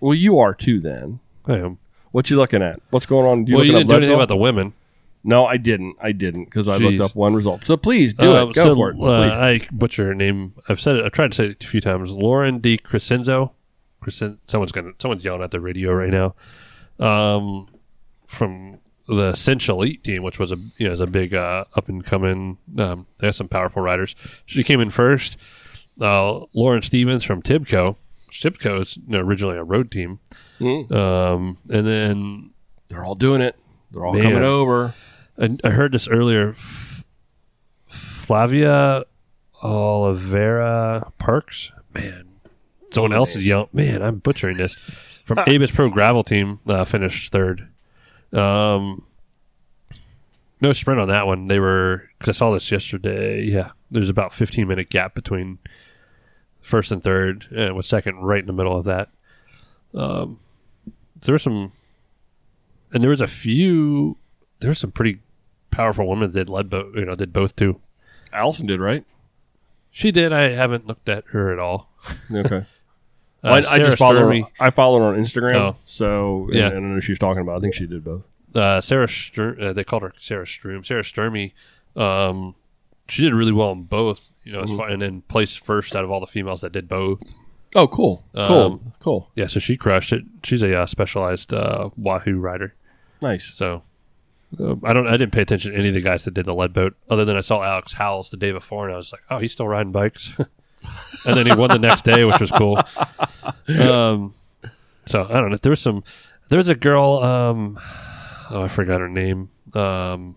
Speaker 2: Well, you are too. Then
Speaker 3: I am.
Speaker 2: what you looking at? What's going on?
Speaker 3: well, you
Speaker 2: looking
Speaker 3: didn't do
Speaker 2: up
Speaker 3: anything
Speaker 2: Leadville?
Speaker 3: about the women.
Speaker 2: No, I didn't. I didn't because I
Speaker 3: Jeez.
Speaker 2: looked up one result. So please do
Speaker 3: Uh,
Speaker 2: it. Go
Speaker 3: so,
Speaker 2: for it.
Speaker 3: uh,
Speaker 2: Please.
Speaker 3: I butcher her name. I've said it. I've tried to say it a few times. Lauren D. Crescenzo. Crescen- someone's gonna. Someone's yelling at the radio right now. Um, from the Essential Elite team, which was a you know is a big uh, up and coming. Um, they have some powerful riders. She came in first. Uh, Lauren Stevens from Tibco. Tibco is you know, originally a road team.
Speaker 2: Mm.
Speaker 3: Um, and then
Speaker 2: They're all doing it. They're all
Speaker 3: Man.
Speaker 2: coming over.
Speaker 3: I, I heard this earlier. F- Flavia Oliveira Parks, man, someone else is yelling. Man, I'm butchering this. From Abus Pro Gravel Team, uh, finished third. Um, no sprint on that one. They were because I saw this yesterday. Yeah, there's about 15 minute gap between first and third, and was second right in the middle of that. Um, there were some, and there was a few. There were some pretty powerful women that led both. You know, did both too.
Speaker 2: Allison did right.
Speaker 3: She did. I haven't looked at her at all.
Speaker 2: Okay.
Speaker 3: Uh,
Speaker 2: Well, I, I
Speaker 3: Sarah
Speaker 2: just follow her.
Speaker 3: Sturmy-
Speaker 2: I follow her on Instagram.
Speaker 3: Oh.
Speaker 2: So yeah,
Speaker 3: Yeah.
Speaker 2: I don't know who she's talking about. I think she did both.
Speaker 3: uh, Sarah Stur- uh, they called her Sarah Sturm. Sarah Sturmy, um, she did really well in both. You know, as far, and then placed first out of all the females that did both.
Speaker 2: Oh, cool, cool,
Speaker 3: Um,
Speaker 2: cool,
Speaker 3: Yeah, so she crushed it. She's a uh, specialized uh, Wahoo rider.
Speaker 2: nice.
Speaker 3: So um, I don't. I didn't pay attention to any of the guys that did the lead boat, other than I saw Alex Howells the day before, and I was like, oh, he's still riding bikes. and then he won the next day, which was cool. Um, so I don't know. There was some. There was a girl. Um, oh, I forgot her name. Um,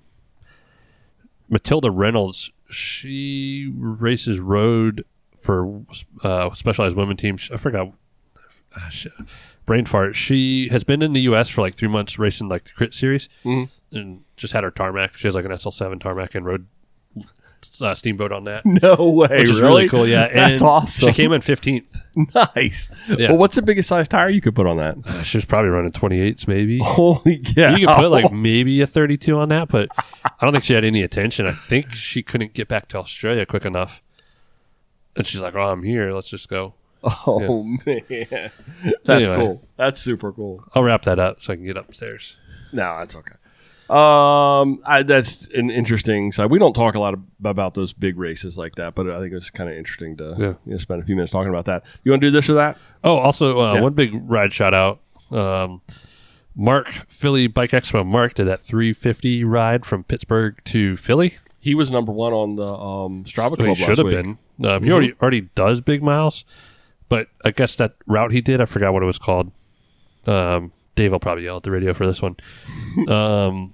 Speaker 3: Matilda Reynolds. She races road for uh, specialized women team. I forgot. ah, shit. Brain fart. She has been in the U.S. for like three months racing like the Crit Series,
Speaker 2: Mhm.
Speaker 3: and just had her tarmac. She has like an SL7 tarmac and rode uh, steamboat on that,
Speaker 2: No way,
Speaker 3: which is really cool. Yeah,
Speaker 2: that's
Speaker 3: and
Speaker 2: awesome.
Speaker 3: She came in 15th.
Speaker 2: nice.
Speaker 3: Yeah.
Speaker 2: Well, what's the biggest size tire you could put on that?
Speaker 3: Uh, she was probably running 28s, maybe.
Speaker 2: Holy cow!
Speaker 3: You could put like maybe a 32 on that, but I don't think she had any attention. I think she couldn't get back to Australia quick enough. And she's like, "Oh, I'm here. Let's just go."
Speaker 2: Oh man, that's
Speaker 3: Anyway.
Speaker 2: cool. That's super cool.
Speaker 3: I'll wrap that up so I can get upstairs.
Speaker 2: No, that's okay. Um, I, that's an interesting side. We don't talk a lot ab- about those big races like that, but I think it's kind of interesting to
Speaker 3: Yeah.
Speaker 2: you know, spend a few minutes talking about that. You want to do this or that?
Speaker 3: Oh, also uh,
Speaker 2: Yeah.
Speaker 3: one big ride shout out. Um, Mark Philly Bike Expo. Mark did that 350 ride from Pittsburgh to Philly.
Speaker 2: He was number one on the um, Strava Club.
Speaker 3: Well, he
Speaker 2: last
Speaker 3: should have
Speaker 2: week. Mm-hmm.
Speaker 3: been. Uh, He already already does big miles, but I guess that route he did, I forgot what it was called. Um, Dave will probably yell at the radio for this one. um,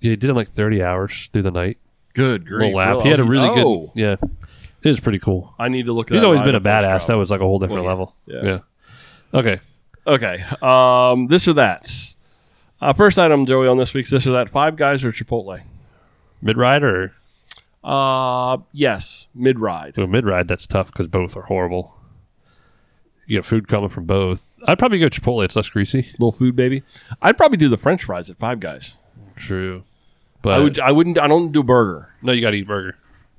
Speaker 3: yeah, he did it in like 30 hours through the night.
Speaker 2: Good grief!
Speaker 3: Little lap.
Speaker 2: Well,
Speaker 3: he had a
Speaker 2: no.
Speaker 3: really good. Yeah, it was pretty cool.
Speaker 2: I need to look. at
Speaker 3: He's
Speaker 2: Oh. that
Speaker 3: always
Speaker 2: lineup
Speaker 3: been a
Speaker 2: on Strava.
Speaker 3: badass. That was like a whole different
Speaker 2: Well, yeah.
Speaker 3: level.
Speaker 2: Yeah.
Speaker 3: Yeah. Okay.
Speaker 2: Okay. Um, this or that. Uh, first item, Joey, on this week's this or that: Five Guys or Chipotle.
Speaker 3: Mid ride or
Speaker 2: Uh, yes, mid ride.
Speaker 3: to a mid ride? That's tough because both are horrible. You get food coming from both. I'd probably go Chipotle. It's less greasy.
Speaker 2: Little food baby. I'd probably do the French fries at Five Guys.
Speaker 3: True. But
Speaker 2: I would. I wouldn't. I don't do burger.
Speaker 3: No, you got to eat burger.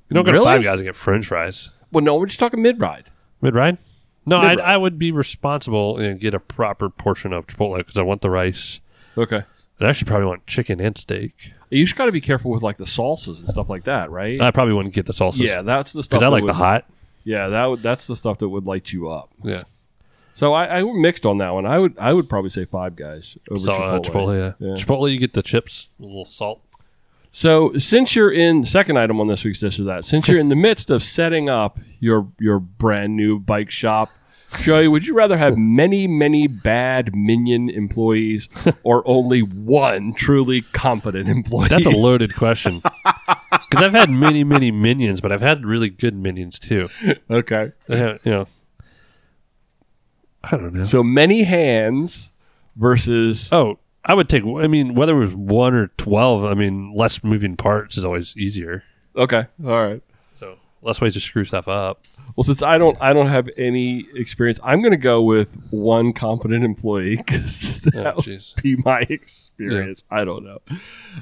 Speaker 3: You don't go
Speaker 2: Really?
Speaker 3: to Five Guys and get French fries.
Speaker 2: Well, no, we're just talking mid ride.
Speaker 3: Mid ride? No, I,
Speaker 2: Mid-ride.
Speaker 3: I would be responsible and get a proper portion of Chipotle because I want the rice.
Speaker 2: Okay.
Speaker 3: I actually probably want chicken and steak.
Speaker 2: You just got to be careful with like the salsas and stuff like that, right?
Speaker 3: I probably wouldn't get the salsas.
Speaker 2: yeah, that's the stuff.
Speaker 3: because I
Speaker 2: that
Speaker 3: like the
Speaker 2: would-
Speaker 3: hot.
Speaker 2: Yeah, that would, that's the stuff that would light you up.
Speaker 3: Yeah,
Speaker 2: So I, I mixed on that one. I would I would probably say Five Guys over
Speaker 3: so,
Speaker 2: Chipotle.
Speaker 3: uh, Chipotle. yeah.
Speaker 2: Yeah.
Speaker 3: Chipotle, you get the chips, a little salt.
Speaker 2: So since you're in second item on this week's dish or that, since you're in the midst of setting up your your brand new bike shop, Joey, would you rather have many many bad minion employees or only one truly competent employee?
Speaker 3: That's a loaded question because I've had many, many minions, but I've had really good minions too.
Speaker 2: okay.
Speaker 3: I have, you know, I don't know.
Speaker 2: So many hands versus
Speaker 3: Oh, I would take. I mean, whether it was one or twelve, I mean, less moving parts is always easier.
Speaker 2: okay, all right.
Speaker 3: So less ways to screw stuff up.
Speaker 2: Well, since I don't I don't have any experience, I'm going to go with one competent employee because that
Speaker 3: Oh, jeez.
Speaker 2: be my experience. I don't know.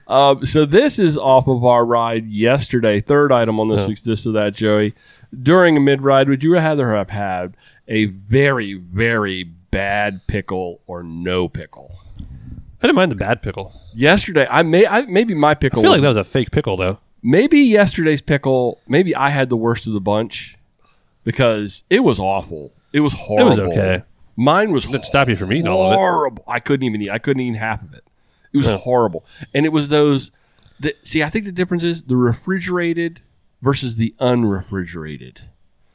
Speaker 2: Um, so this is off of our ride yesterday. Third item on this
Speaker 3: Yeah.
Speaker 2: week's this or that, Joey. During a mid ride, would you rather have had a very very bad pickle or no pickle?
Speaker 3: I didn't mind the bad pickle.
Speaker 2: Yesterday, I may I, maybe my
Speaker 3: I
Speaker 2: pickle
Speaker 3: feel like
Speaker 2: was-
Speaker 3: that was a fake pickle though.
Speaker 2: maybe yesterday's pickle. Maybe I had the worst of the bunch because it was awful. It was
Speaker 3: It
Speaker 2: horrible.
Speaker 3: was okay.
Speaker 2: Mine was
Speaker 3: Didn't stop you from eating all of it.
Speaker 2: horrible. I couldn't even eat. I couldn't eat half of it. It was horrible. And it was those. The, see, I think the difference is the refrigerated versus the unrefrigerated.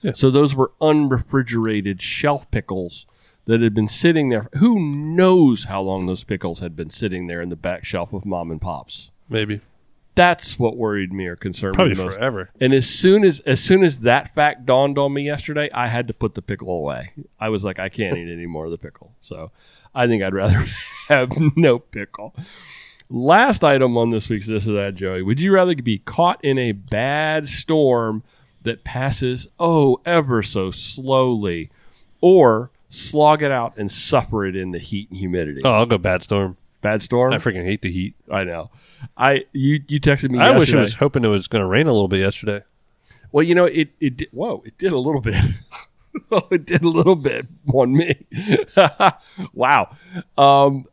Speaker 3: Yeah.
Speaker 2: So those were unrefrigerated shelf pickles that had been sitting there. Who knows how long those pickles had been sitting there in the back shelf of mom and pops?
Speaker 3: Maybe
Speaker 2: That's what worried me or concerned
Speaker 3: probably
Speaker 2: me most.
Speaker 3: forever.
Speaker 2: And as soon as as soon as that fact dawned on me yesterday, I had to put the pickle away. I was like, I can't eat any more of the pickle. So I think I'd rather have no pickle. Last item on this week's This or That, Joey. Would you rather be caught in a bad storm that passes oh ever so slowly or slog it out and suffer it in the heat and humidity?
Speaker 3: Oh, I'll go bad storm.
Speaker 2: Bad storm?
Speaker 3: I freaking hate the heat.
Speaker 2: I know. I you you texted me
Speaker 3: I wish I
Speaker 2: yesterday.
Speaker 3: was hoping it was going to rain a little bit yesterday.
Speaker 2: Well, you know, it it did, whoa, it did a little bit. oh, it did a little bit on me. wow. Um,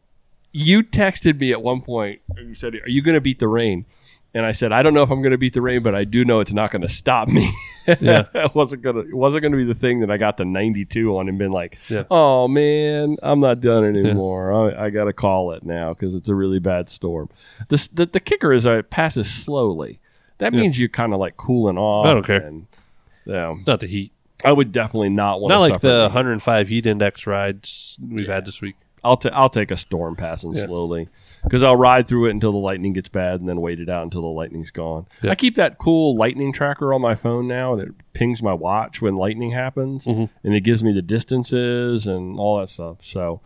Speaker 2: you texted me at one point. and You said, "Are you going to beat the rain?" And I said, "I don't know if I'm going to beat the rain, but I do know it's not going to stop me."
Speaker 3: Yeah.
Speaker 2: it wasn't gonna it wasn't gonna be the thing that I got the 92 on and been like,
Speaker 3: Yeah.
Speaker 2: "Oh man, I'm not done anymore. I, I got to call it now because it's a really bad storm." The s- the, the kicker is uh, it passes slowly. That means you're kind of like cooling off.
Speaker 3: I don't care.
Speaker 2: and- yeah,
Speaker 3: It's not the heat.
Speaker 2: I would definitely not want
Speaker 3: Not
Speaker 2: to
Speaker 3: like
Speaker 2: suffer
Speaker 3: the
Speaker 2: that.
Speaker 3: 105 heat index rides we've had this week.
Speaker 2: I'll ta- I'll take a storm passing
Speaker 3: Yeah.
Speaker 2: slowly because I'll ride through it until the lightning gets bad and then wait it out until the lightning's gone.
Speaker 3: Yeah.
Speaker 2: I keep that cool lightning tracker on my phone now, and it pings my watch when lightning happens,
Speaker 3: Mm-hmm.
Speaker 2: and it gives me the distances and all that stuff. So,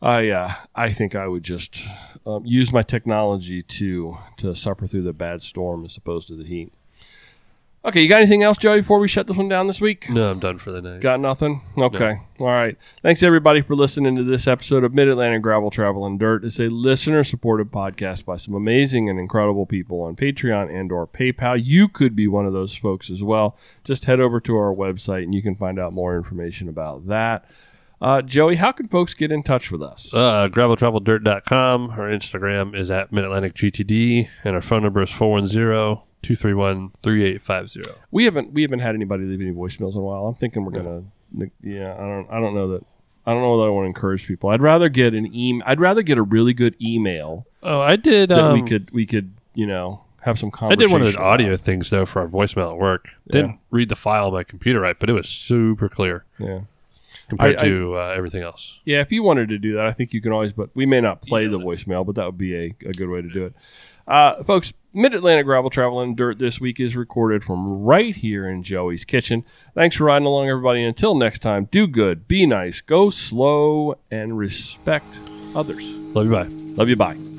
Speaker 2: I uh, I think I would just um, use my technology to to suffer through the bad storm as opposed to the heat. Okay, you got anything else, Joe, before we shut this one down this week?
Speaker 3: No, I'm done for the night.
Speaker 2: Got nothing? Okay. All right. Thanks, everybody, for listening to this episode of Mid Atlantic Gravel Travel and Dirt. It's a listener supported podcast by some amazing and incredible people on Patreon and or PayPal. You could be one of those folks as well. Just head over to our website and you can find out more information about that. Uh, Joey, how can folks get in touch with us?
Speaker 3: Uh, graveltraveldirt.com. Our Instagram is at MidAtlanticGTD, and our phone number is 410-231-3850.
Speaker 2: We haven't we haven't had anybody leave any voicemails in a while. I'm thinking we're gonna yeah. I don't I don't know that I don't know that I want to encourage people. I'd rather get an e I'd rather get a really good email
Speaker 3: Oh, I did.
Speaker 2: that
Speaker 3: Um,
Speaker 2: we could we could you know have some
Speaker 3: I
Speaker 2: conversation.
Speaker 3: did one of those
Speaker 2: about.
Speaker 3: audio things though for our voicemail at work. Didn't read the file on my computer right, but it was super clear
Speaker 2: Yeah,
Speaker 3: compared
Speaker 2: I- I-
Speaker 3: to uh, everything else.
Speaker 2: yeah. If you wanted to do that, I think you can always. But we may not play the voicemail, but that would be a, a good way to do it. Uh, folks, Mid Atlantic Gravel Travel and Dirt this week is recorded from right here in Joey's kitchen. Thanks for riding along, everybody. And Until next time, do good, be nice, go slow, and respect others.
Speaker 3: Love you. Bye.
Speaker 2: Love you. Bye.